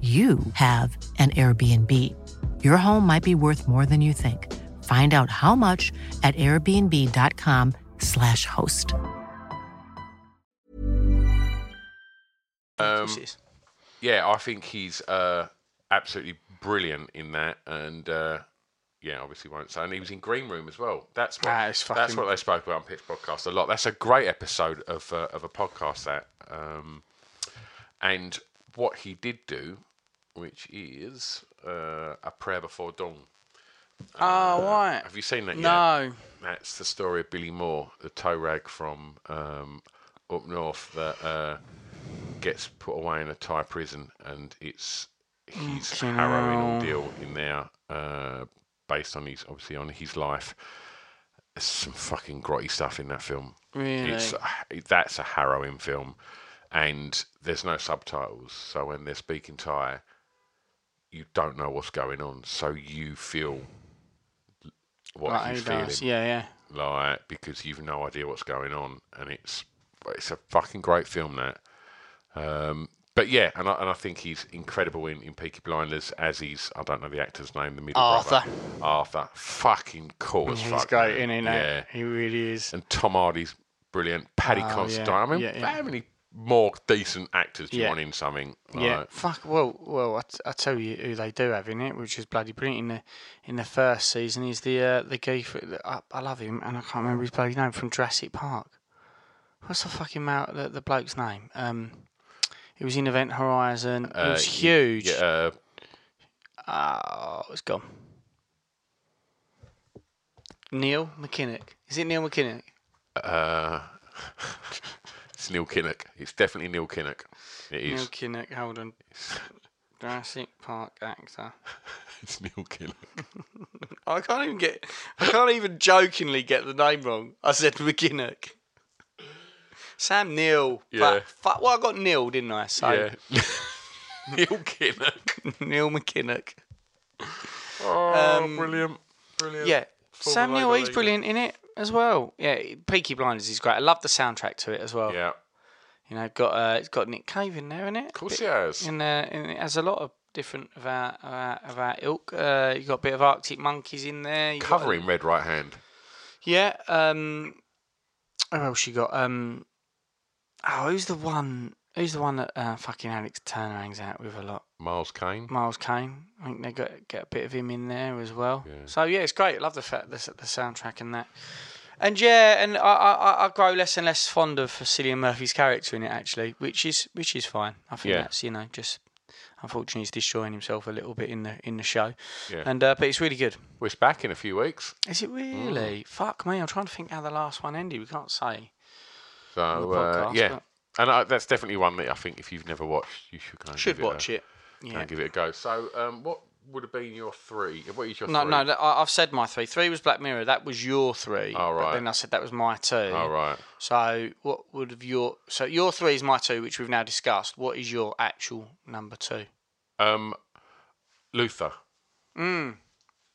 Speaker 6: you have an Airbnb. Your home might be worth more than you think. Find out how much at airbnb.com/slash host.
Speaker 3: of course
Speaker 1: Um,
Speaker 3: it is.
Speaker 1: yeah, I think he's uh, absolutely brilliant in that, and uh, yeah, obviously won't say. And he was in Green Room as well. That's what
Speaker 3: Ah, it's
Speaker 1: that's
Speaker 3: fucking-
Speaker 1: what they spoke about on Pitch Podcast a lot. That's a great episode of uh, of a podcast that, um, and what he did do, which is uh, a prayer before dawn.
Speaker 3: Oh, right.
Speaker 1: uh, Have you seen that yet?
Speaker 3: No.
Speaker 1: That's the story of Billy Moore, the tow rag from um, up north that uh, gets put away in a Thai prison, and it's his harrowing ordeal in there, uh, based on his obviously on his life. There's some fucking grotty stuff in that film.
Speaker 3: Really?
Speaker 1: It's that's a harrowing film, and there's no subtitles, so when they're speaking Thai, you don't know what's going on, so you feel what
Speaker 3: Like
Speaker 1: he's
Speaker 3: who
Speaker 1: feeling
Speaker 3: does. Yeah, yeah.
Speaker 1: like because you've no idea what's going on, and it's it's a fucking great film that. Um, but yeah, and I, and I think he's incredible in, in Peaky Blinders as he's I don't know the actor's name, the middle
Speaker 3: Arthur.
Speaker 1: brother Arthur, fucking cool as
Speaker 3: He's
Speaker 1: fuck.
Speaker 3: great,
Speaker 1: man.
Speaker 3: isn't he?
Speaker 1: Yeah,
Speaker 3: Yeah. He really is.
Speaker 1: and Tom Hardy's brilliant. Paddy
Speaker 3: Oh,
Speaker 1: Constantine.
Speaker 3: yeah.
Speaker 1: I mean,
Speaker 3: Yeah, yeah.
Speaker 1: how many more decent actors do you
Speaker 3: Yeah.
Speaker 1: want in something?
Speaker 3: Yeah,
Speaker 1: Like,
Speaker 3: fuck. Well, well, I, t- I tell you who they do have in it, which is bloody brilliant. In the in the first season, is the uh, the geef. I, I love him, and I can't remember his bloody name from Jurassic Park. What's the fucking mouth, the, the bloke's name? Um, he was in Event Horizon. It
Speaker 1: uh,
Speaker 3: was
Speaker 1: y-
Speaker 3: huge.
Speaker 1: Yeah, uh,
Speaker 3: Oh, it's gone. Neil McKinnock. Is it Neil McKinnock?
Speaker 1: uh, it's Neil Kinnock. It's definitely Neil Kinnock. It is.
Speaker 3: Neil Kinnock. Hold on. Jurassic Park actor.
Speaker 1: It's Neil Kinnock.
Speaker 3: I can't even get. I can't even jokingly get the name wrong. I said McGinnock. Sam Neil.
Speaker 1: Yeah.
Speaker 3: Fuck, fuck, well, I got Neil, didn't I? So
Speaker 1: Yeah. Neil Kinnock.
Speaker 3: Neil McKinnock.
Speaker 1: Oh, brilliant. Brilliant.
Speaker 3: Um, Yeah.
Speaker 7: Paul
Speaker 3: Sam Neill, he's
Speaker 7: Vega-
Speaker 3: brilliant in it as well. Yeah, Peaky Blinders is great. I love the soundtrack to it as well.
Speaker 1: Yeah.
Speaker 3: You know, got uh, it's got Nick Cave in there, isn't it? Of
Speaker 1: course it has.
Speaker 3: And, uh, and it has a lot of different of our of our, of our ilk. Uh, you got a bit of Arctic Monkeys in there. you got-
Speaker 1: Covering Red Right Hand.
Speaker 3: yeah. Um, who else you got? Um, oh, who's the one? Who's the one that uh, fucking Alex Turner hangs out with a lot?
Speaker 1: Miles Kane.
Speaker 3: Miles Kane. I think they got get a bit of him in there as well. So yeah, it's great. I love the fact the, s- the soundtrack and that. And yeah, and I, I I- I grow less and less fond of Cillian Murphy's character in it actually, which is which is fine. I think
Speaker 1: Yeah.
Speaker 3: that's you know just unfortunately he's destroying himself a little bit in the in the show.
Speaker 1: Yeah.
Speaker 3: And uh, but it's really good.
Speaker 1: We're back in a few weeks.
Speaker 3: Is it
Speaker 1: Mm.
Speaker 3: really? Fuck me, I'm trying to think how the last one ended. We can't say.
Speaker 1: So,
Speaker 3: the
Speaker 1: uh,
Speaker 3: podcast,
Speaker 1: yeah.
Speaker 3: but-
Speaker 1: And I, that's definitely one that I think if you've never watched, you should go and
Speaker 3: Should
Speaker 1: give it a-
Speaker 3: watch it.
Speaker 1: go
Speaker 3: Yeah.
Speaker 1: and give it a go. So, um, what would have been your three? What is your
Speaker 3: No,
Speaker 1: three?
Speaker 3: no, that- I, I've said my three. Three was Black Mirror. That was your three.
Speaker 1: Oh,
Speaker 3: But
Speaker 1: right.
Speaker 3: then I said that was my two.
Speaker 1: All right.
Speaker 3: So what would have your so your three is my two, which we've now discussed. What is your actual number two?
Speaker 1: Um, Luther.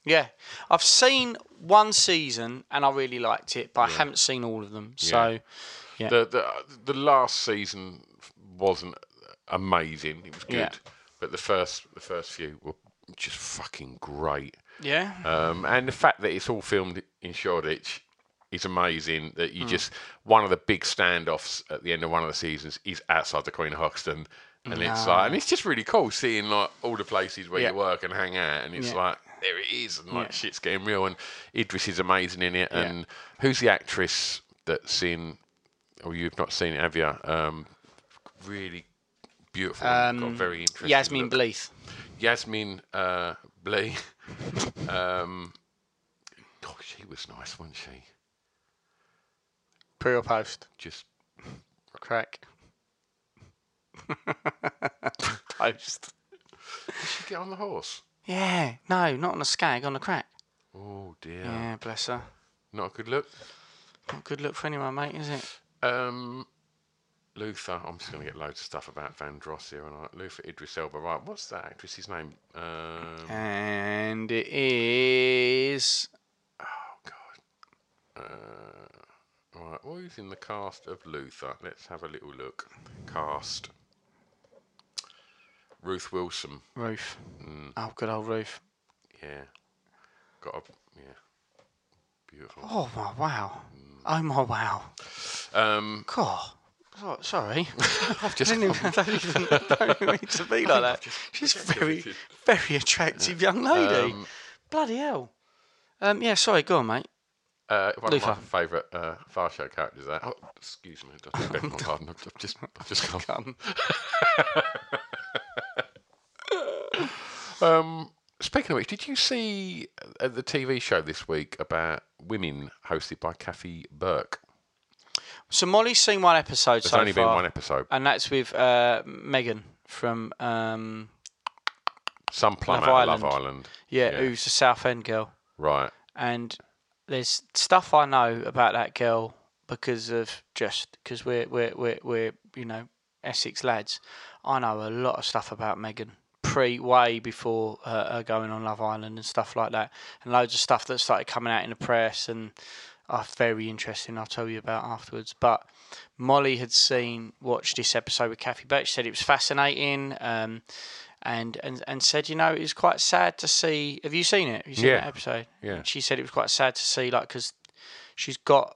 Speaker 3: Yeah, I've seen one season and I really liked it, but I haven't seen all of them. So Yeah.
Speaker 1: The, the the last season wasn't amazing. It was good,
Speaker 3: Yeah.
Speaker 1: but the first the first few were just fucking great.
Speaker 3: yeah,
Speaker 1: Um, and the fact that it's all filmed in Shoreditch is amazing. That
Speaker 3: Hmm.
Speaker 1: you just one of the big standoffs at the end of one of the seasons is outside the Queen of Hoxton, and it's like, and it's just really cool seeing like all the places where
Speaker 3: Yeah.
Speaker 1: you work and hang out, and it's
Speaker 3: Yeah.
Speaker 1: like there it is, and like shit's getting real. And Idris is amazing in it, and who's the actress that's in? Oh, you've not seen it, have you? Um, really beautiful, and
Speaker 3: Um,
Speaker 1: got very interesting.
Speaker 3: Yasmin
Speaker 1: look.
Speaker 3: Bleeth.
Speaker 1: Yasmin uh, Blee. um, God, she was nice, wasn't she?
Speaker 3: Pre or post?
Speaker 1: Just
Speaker 3: Crack. post.
Speaker 1: she get on the horse.
Speaker 3: Yeah, no, not on a skag, on a crack.
Speaker 1: Oh dear,
Speaker 3: Yeah, bless her.
Speaker 1: not a good look.
Speaker 3: Not a good look for anyone, mate, is it?
Speaker 1: Um, Luther. I'm just going to get loads of stuff about Van Dross here, and I, Luther Idris Elba. Right, what's that actress's name? Um,
Speaker 3: And it is
Speaker 1: Right, who's in the cast of Luther? Let's have a little look. Cast. Ruth Wilson.
Speaker 3: Roof.
Speaker 1: Mm.
Speaker 3: Oh, good old Roof.
Speaker 1: Yeah, got a yeah, beautiful.
Speaker 3: Oh my wow! Oh my wow!
Speaker 1: Um,
Speaker 3: God, so, sorry.
Speaker 1: I've just
Speaker 3: I didn't even, don't even, don't even mean to be like that. She's a very, very attractive young lady.
Speaker 1: Um,
Speaker 3: Bloody hell! Um, yeah, sorry. Go on, mate.
Speaker 1: uh, one
Speaker 3: Luther.
Speaker 1: of my favourite uh, Far Show characters. There. Oh, excuse me. I beg my pardon. I've I've just, I've just come. um, speaking of which, did you see uh, the TV show this week about women hosted by Kathy Burke?
Speaker 3: So Molly's seen one episode
Speaker 1: There's
Speaker 3: so
Speaker 1: only
Speaker 3: far,
Speaker 1: been one episode.
Speaker 3: and that's with uh, Megan from um,
Speaker 1: Some plum
Speaker 3: Love
Speaker 1: out of Love
Speaker 3: Island.
Speaker 1: Island.
Speaker 3: yeah,
Speaker 1: Yeah.
Speaker 3: who's the South End girl.
Speaker 1: Right.
Speaker 3: and there's stuff I know about that girl because of just because we're we're we're we're you know Essex lads. I know a lot of stuff about Megan pre way before her, her going on Love Island and stuff like that, and loads of stuff that started coming out in the press and are very interesting. I'll tell you about afterwards, but. Molly had seen watched this episode with Kathy Burke. She said it was fascinating, um, and and and said you know it was quite sad to see. Have you seen it? Have you seen
Speaker 1: Yeah.
Speaker 3: that episode?
Speaker 1: Yeah.
Speaker 3: And she said it was quite sad to see, like, because she's got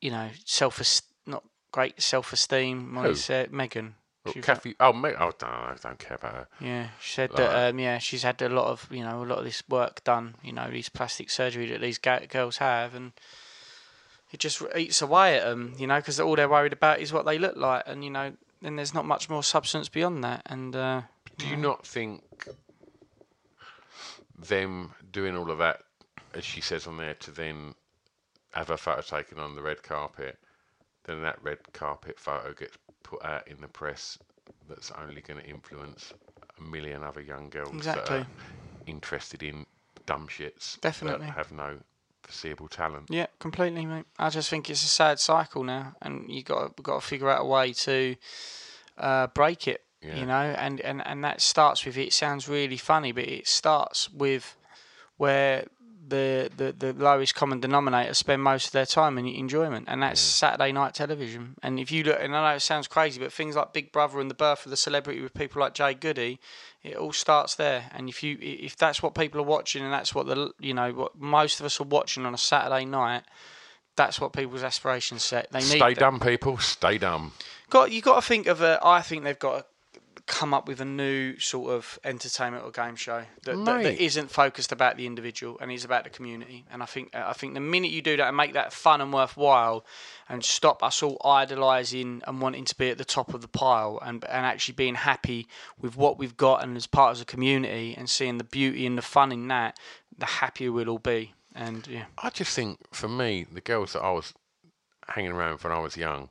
Speaker 3: you know self not great self esteem. Molly
Speaker 1: Who?
Speaker 3: said Megan.
Speaker 1: Well,
Speaker 3: She was
Speaker 1: Kathy. Oh, me, oh, no, I don't care about her.
Speaker 3: yeah, she said that. Um, yeah, she's had a lot of you know a lot of this work done. You know, these plastic surgery that these ga- girls have, and it just eats away at them. You know, because all they're worried about is what they look like, and you know, then there's not much more substance beyond that. And uh,
Speaker 1: Do you not think them doing all of that, as she says on there, to then have a photo taken on the red carpet, then that red carpet photo gets put out in the press that's only going to influence a million other young girls that
Speaker 3: Exactly.
Speaker 1: are interested in dumb shits that
Speaker 3: Definitely.
Speaker 1: have no foreseeable talent.
Speaker 3: yeah, completely, mate. I just think it's a sad cycle now, and you got we've got to figure out a way to uh, break it.
Speaker 1: Yeah.
Speaker 3: You know, and, and and that starts with it sounds really funny, but it starts with where the, the, the lowest common denominator spend most of their time in enjoyment, and
Speaker 1: Mm.
Speaker 3: that's Saturday night television. And if you look, and I know it sounds crazy, but things like Big Brother and the birth of the celebrity with people like Jay Goody, it all starts there. And if you if that's what people are watching, and that's what the you know what most of us are watching on a Saturday night, that's what people's aspirations set. They need
Speaker 1: Stay
Speaker 3: that
Speaker 1: dumb, people. Stay dumb.
Speaker 3: got you got to think of a. I think they've got to come up with a new sort of entertainment or game show that, that, that
Speaker 1: Mate.
Speaker 3: isn't focused about the individual and is about the community. And I think I think the minute you do that and make that fun and worthwhile, and stop us all idolising and wanting to be at the top of the pile and and actually being happy with what we've got and as part of the community and seeing the beauty and the fun in that, the happier we'll all be. And yeah,
Speaker 1: I just think for me, the girls that I was hanging around when I was young,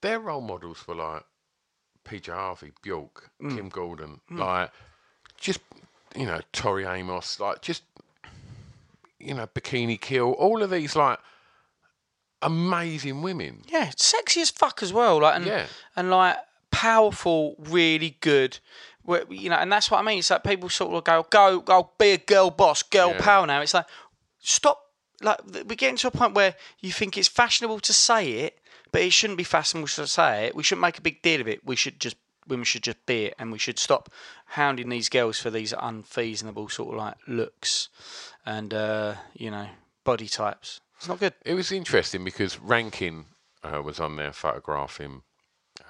Speaker 1: their role models were like PJ Harvey, Bjork, Kim Gordon, like just you know Tori Amos, like just you know Bikini Kill, all of these like amazing women.
Speaker 3: Yeah, sexy as fuck as well. Like and
Speaker 1: Yeah.
Speaker 3: and like powerful, really good. where- You know, and that's what I mean. It's like people sort of go, go, go, be a girl boss, girl power now. It's like, stop. Like th- we're getting to a point where you think it's fashionable to say it, but it shouldn't be fashionable to say it. We shouldn't make a big deal of it. We should just women should just be it, and we should stop hounding these girls for these unfeasonable sort of like looks and uh, you know body types. It's not good.
Speaker 1: It was interesting because Rankin uh, was on there photographing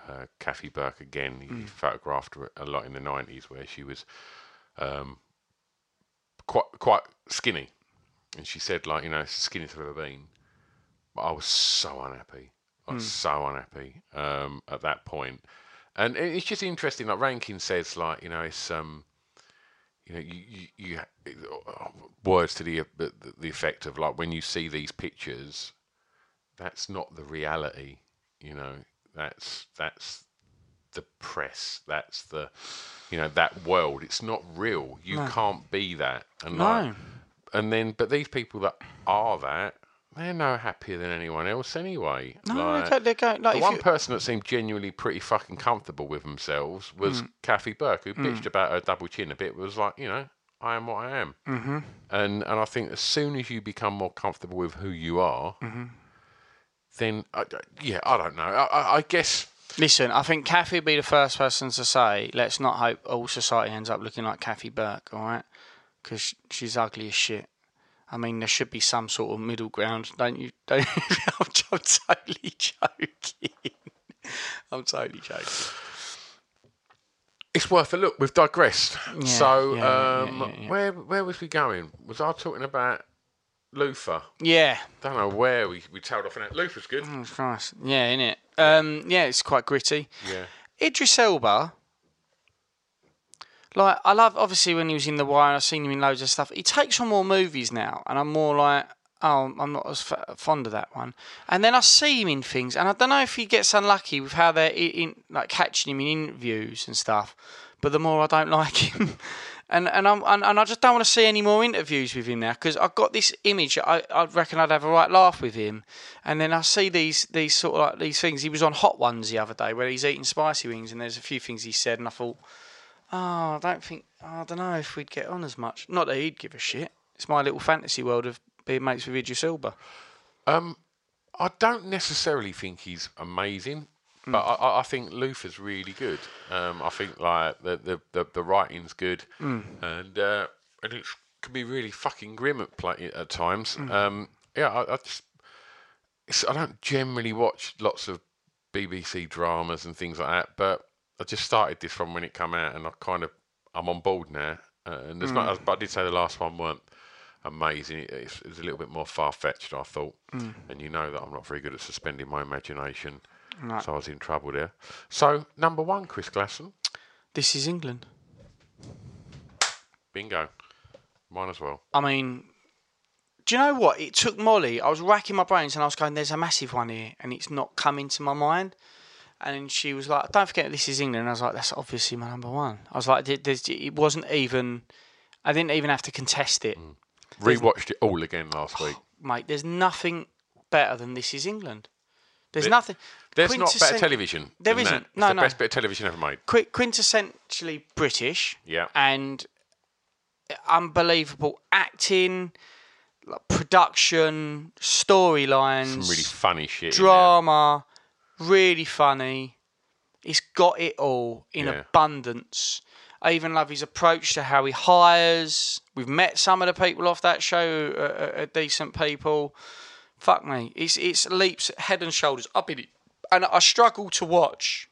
Speaker 1: uh, Kathy Burke again. He photographed her a lot in the nineties, where she was um, quite quite skinny, and she said like, you know, it's the skinniest I've ever been. But I was so unhappy. I was so unhappy um, at that point, and it- it's just interesting. Like Rankin says, like you know, it's um, you know, you, you, you ha- uh, words to the, the the effect of like when you see these pictures, that's not the reality. You know, that's that's the press. That's the you know that world. It's not real. You can't be that. And like,
Speaker 3: No.
Speaker 1: and then, but these people that are that, they're no happier than anyone else anyway.
Speaker 3: No, they go, they go, like
Speaker 1: The
Speaker 3: if
Speaker 1: one
Speaker 3: you,
Speaker 1: person that seemed genuinely pretty fucking comfortable with themselves
Speaker 3: Hmm.
Speaker 1: was Kathy Burke, who bitched about her double chin a bit. Was like, you know, I am what I am, mm-hmm. and and I think as soon as you become more comfortable with who you are,
Speaker 3: Mm-hmm.
Speaker 1: then I, I- yeah, I don't know. I, I, I guess
Speaker 3: Listen, I think Kathy would be the first person to say, let's not hope all society ends up looking like Kathy Burke, all right? Because she's ugly as shit. I mean, there should be some sort of middle ground, don't you? Don't you? I'm, I'm totally joking. I'm totally joking.
Speaker 1: it's worth a look. We've digressed. so
Speaker 3: yeah, yeah,
Speaker 1: um, where where was we going? Was I talking about Luther?
Speaker 3: Yeah,
Speaker 1: Don't know where we we tailed off on that. Luther's good.
Speaker 3: oh, Christ. Yeah, innit? Um, yeah, it's quite gritty.
Speaker 1: Yeah.
Speaker 3: Idris Elba. Like I love obviously when he was in The Wire, I've seen him in loads of stuff. He takes on more movies now, and I'm more like, oh, I'm not as f- fond of that one. And then I see him in things, and I don't know if he gets unlucky with how they're i- in, like catching him in interviews and stuff. But the more I don't like him, and and I'm and, and I just don't want to see any more interviews with him now because I've got this image. that I I reckon I'd have a right laugh with him, and then I see these these sort of like these things. He was on Hot Ones the other day where he's eating spicy wings, and there's a few things he said, and I thought, oh, I don't think I don't know if we'd get on as much. Not that he'd give a shit. It's my little fantasy world of being mates with Idris Elba.
Speaker 1: Um, I don't necessarily think he's amazing, but I- I, I think Luther's really good. Um, I think like the the, the, the writing's good, and uh, and it can be really fucking grim at play, at times. Um, yeah, I, I just it's, I don't generally watch lots of BBC dramas and things like that, but I just started this one when it came out, and I kind of I'm on board now. Uh, and as much as but I did say the last one weren't amazing, it, it's, it's a little bit more far fetched. I thought,
Speaker 3: Mm.
Speaker 1: and you know that I'm not very good at suspending my imagination, so I was in trouble there. So number one, Chris Glasson,
Speaker 3: This is England.
Speaker 1: bingo, mine as well.
Speaker 3: I mean, do you know what? It took Molly. I was racking my brains and I was going, "There's a massive one here," and it's not coming to my mind. And she was like, "Don't forget, this is England." And I was like, "That's obviously my number one." I was like, "There- there's, "It wasn't even. I didn't even have to contest it,
Speaker 1: Mm. Rewatched it all again last week.
Speaker 3: mate. There's nothing better than this is England. There's nothing.
Speaker 1: There's not better
Speaker 3: quintessen-
Speaker 1: television.
Speaker 3: There
Speaker 1: than
Speaker 3: isn't.
Speaker 1: that.
Speaker 3: No,
Speaker 1: it's the
Speaker 3: no.
Speaker 1: best bit of television ever made.
Speaker 3: Qui- quintessentially British.
Speaker 1: Yeah.
Speaker 3: And unbelievable acting, like production, storylines,
Speaker 1: Some really funny shit. in there.
Speaker 3: drama, really funny. He's got it all in
Speaker 1: Yeah.
Speaker 3: abundance. I even love his approach to how he hires. We've met some of the people off that show, uh, uh, are decent people. Fuck me, it's it's leaps head and shoulders up in it, and I struggle to watch.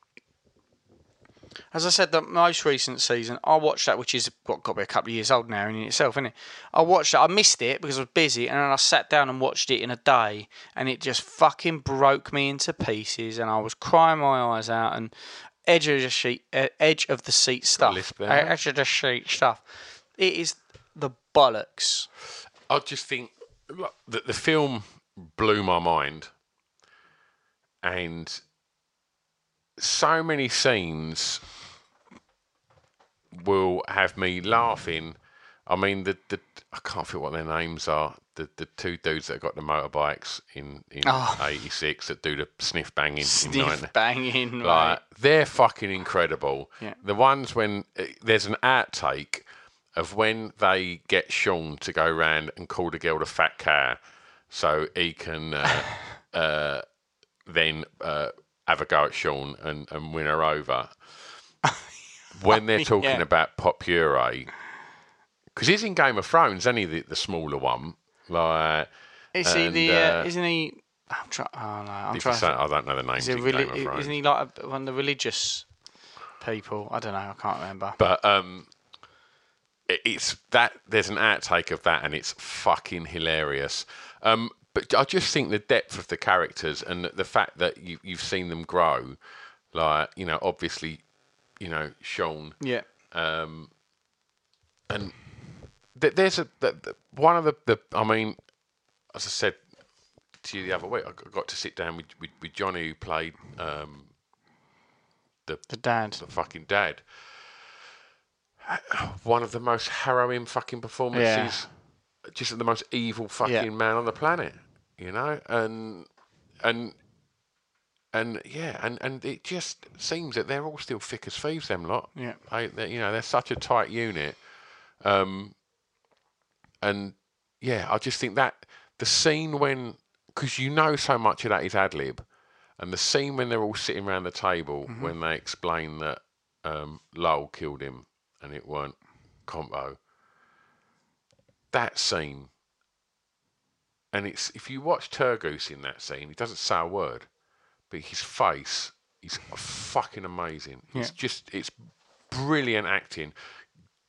Speaker 3: As I said, the most recent season, I watched that, which is what got to be a couple of years old now in itself, isn't it? I watched that. I missed it because I was busy, and then I sat down and watched it in a day, and it just fucking broke me into pieces, and I was crying my eyes out and edge of the sheet, eh, edge of the seat stuff, E,
Speaker 1: lisp there, mate.
Speaker 3: edge of the sheet stuff. It is the bollocks.
Speaker 1: I just think like, that the film blew my mind, and so many scenes will have me laughing. I mean, the, the I can't feel what their names are. The the two dudes that got the motorbikes in in
Speaker 3: Oh.
Speaker 1: '86 that do the sniff banging in
Speaker 3: Sniff
Speaker 1: 90.
Speaker 3: banging,
Speaker 1: Like
Speaker 3: right?
Speaker 1: they're fucking incredible.
Speaker 3: Yeah.
Speaker 1: The ones when uh, there's an outtake of when they get Sean to go round and call the girl a fat cow, so he can uh, uh, then uh, have a go at Sean and, and win her over. when they're talking
Speaker 3: Yeah.
Speaker 1: about Pop Puree, because he's in Game of Thrones, only the, the smaller one. Like,
Speaker 3: Is he
Speaker 1: and,
Speaker 3: the? Uh,
Speaker 1: uh,
Speaker 3: isn't he? I'm trying. Oh no, I'm
Speaker 1: if you
Speaker 3: trying.
Speaker 1: say,
Speaker 3: To,
Speaker 1: I don't know the names.
Speaker 3: is he
Speaker 1: in Game of
Speaker 3: really,
Speaker 1: Thrones.
Speaker 3: Isn't he like a, one of the religious people? I don't know. I can't remember.
Speaker 1: But um, it- it's that there's an outtake of that, and it's fucking hilarious. Um, but I just think the depth of the characters and the fact that you, you've seen them grow, like you know, obviously, you know, Sean um,
Speaker 3: yeah.
Speaker 1: and th- there's a th- th- one of the, the I mean, as I said to you the other week, I g- got to sit down with with, with Johnny who played um,
Speaker 3: The dad.
Speaker 1: the fucking dad. One of the most harrowing fucking performances. Just the most evil fucking man on the planet, you know, and and and yeah, and and it just seems that they're all still thick as thieves. Them lot,
Speaker 3: Yeah.
Speaker 1: I, they, you know, they're such a tight unit, um, and yeah, I just think that the scene when because you know so much of that is ad lib, and the scene when they're all sitting round the table when they explain that um, Lowell killed him and it weren't Compo. That scene, and it's if you watch Turgoose in that scene, he doesn't say a word, but his face is fucking amazing. It's just it's brilliant acting.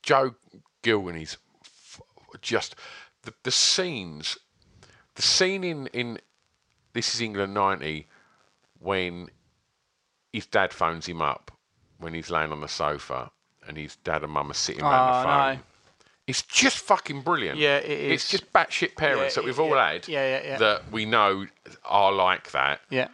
Speaker 1: Joe Gilgan is f- just the, the scenes. The scene in, in this is England ninety when his dad phones him up when he's laying on the sofa and his dad and mum are sitting around the
Speaker 3: Oh,
Speaker 1: phone.
Speaker 3: no.
Speaker 1: It's just fucking brilliant.
Speaker 3: Yeah, it
Speaker 1: It's
Speaker 3: is.
Speaker 1: just batshit parents
Speaker 3: Yeah,
Speaker 1: that we've
Speaker 3: yeah,
Speaker 1: all
Speaker 3: yeah.
Speaker 1: had
Speaker 3: Yeah, yeah, yeah.
Speaker 1: that we know are like that.
Speaker 3: Yeah.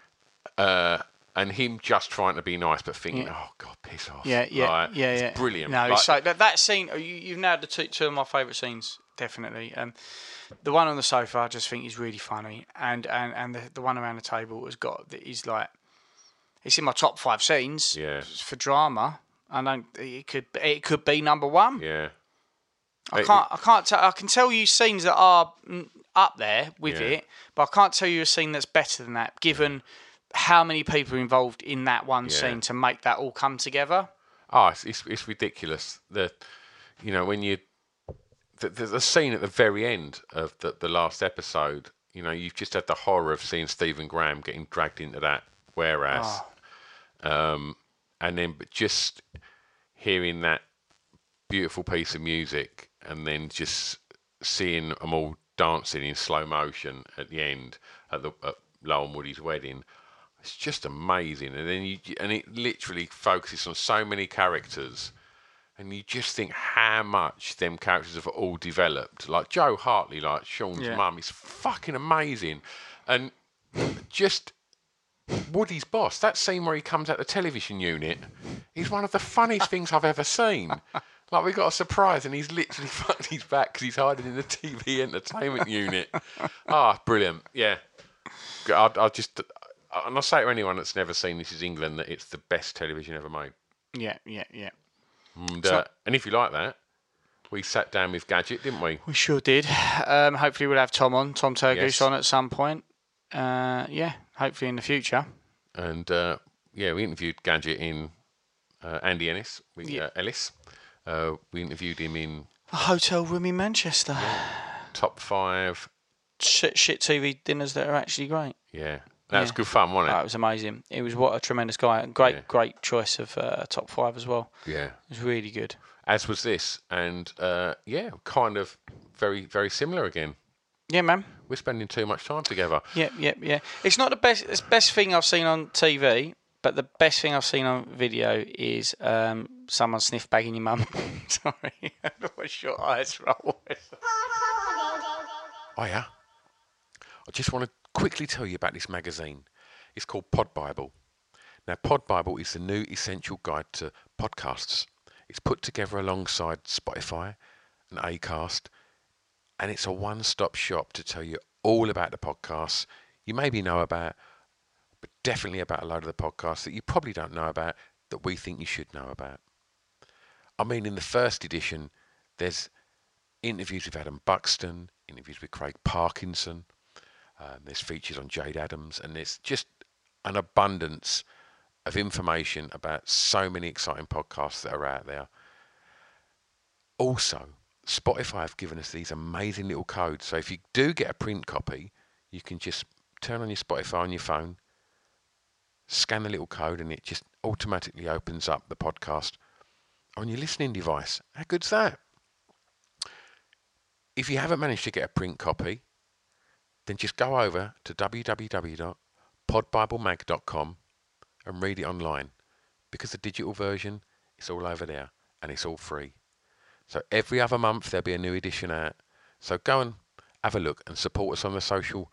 Speaker 1: Uh, and him just trying to be nice, but thinking, oh, God, piss off.
Speaker 3: Yeah, yeah,
Speaker 1: Like,
Speaker 3: yeah,
Speaker 1: it's
Speaker 3: yeah.
Speaker 1: brilliant.
Speaker 3: No,
Speaker 1: Like,
Speaker 3: it's like that, that scene. You, you've nailed the two, two of my favourite scenes, definitely. Um, the one on the sofa, I just think is really funny, and and and the, the one around the table has got that is like, it's in my top five scenes.
Speaker 1: Yeah.
Speaker 3: for drama. I don't. It could. It could be number one.
Speaker 1: yeah.
Speaker 3: I
Speaker 1: It-
Speaker 3: can't. I can't. T- I can tell you scenes that are mm, up there with
Speaker 1: Yeah.
Speaker 3: it, but I can't tell you a scene that's better than that, given how many people are involved in that one
Speaker 1: Yeah.
Speaker 3: scene to make that all come together.
Speaker 1: Oh, it's, it's, it's ridiculous. The, you know, when you, the, the, the scene at the very end of the, the last episode, you know, you've just had the horror of seeing Stephen Graham getting dragged into that warehouse. Um, and then but just hearing that beautiful piece of music and then just seeing them all dancing in slow motion at the end at the at Lowell and Woody's wedding. It's just amazing, and then you and it literally focuses on so many characters, and you just think how much them characters have all developed. Like Joe Hartley, like Sean's
Speaker 3: Yeah.
Speaker 1: mum, is fucking amazing, and just Woody's boss. That scene where he comes out the television unit is one of the funniest things I've ever seen. Like we got a surprise, and he's literally fucked his back because he's hiding in the TV entertainment unit. Ah, brilliant! Yeah, G- I, I just and I'll say to anyone that's never seen This Is England that it's the best television ever made.
Speaker 3: Yeah, yeah, yeah.
Speaker 1: And, uh, and if you like that, we sat down with Gadget, didn't we?
Speaker 3: We sure did. Um, hopefully, we'll have Tom on, Tom Turgoose
Speaker 1: Yes.
Speaker 3: on at some point. Uh, yeah, hopefully in the future.
Speaker 1: and uh, yeah, we interviewed Gadget in uh, Andy Ennis, we, uh, Ellis. Uh, we interviewed him in
Speaker 3: A hotel room in Manchester.
Speaker 1: Top Five.
Speaker 3: Shit, shit TV dinners that are actually great.
Speaker 1: Yeah, that was
Speaker 3: Yeah. Uh,
Speaker 1: good fun, wasn't it?
Speaker 3: That was amazing. It was what a tremendous guy. and Great, great choice of uh, top five as well.
Speaker 1: yeah,
Speaker 3: It was really good.
Speaker 1: as was this, and uh, yeah, kind of very very similar again.
Speaker 3: Yeah, man.
Speaker 1: We're spending too much time together.
Speaker 3: Yep, yep, yeah. It's not the best. It's the best thing I've seen on TV, but the best thing I've seen on video is um, someone sniff bagging your mum. Sorry, what's your eyes roll?
Speaker 1: Oh yeah, I just want to quickly tell you about this magazine. It's called Pod Bible. Now, Pod Bible is the new essential guide to podcasts. It's put together alongside Spotify and Acast, and it's a one-stop shop to tell you all about the podcasts you maybe know about, but definitely about a load of the podcasts that you probably don't know about that we think you should know about. I mean, in the first edition, there's interviews with Adam Buxton, interviews with Craig Parkinson. Um, there's features on Jade Adams, and there's just an abundance of information about so many exciting podcasts that are out there. Also, Spotify have given us these amazing little codes. So if you do get a print copy, you can just turn on your Spotify on your phone, scan the little code, and it just automatically opens up the podcast on your listening device. How good's that? if you haven't managed to get a print copy, then just go over to www.podbiblemag.com and read it online because the digital version is all over there and it's all free. So every other month there'll be a new edition out. So go and have a look and support us on the social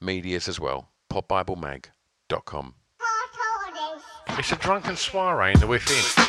Speaker 1: medias as well. Podbiblemag.com. It's a drunken soiree in the within.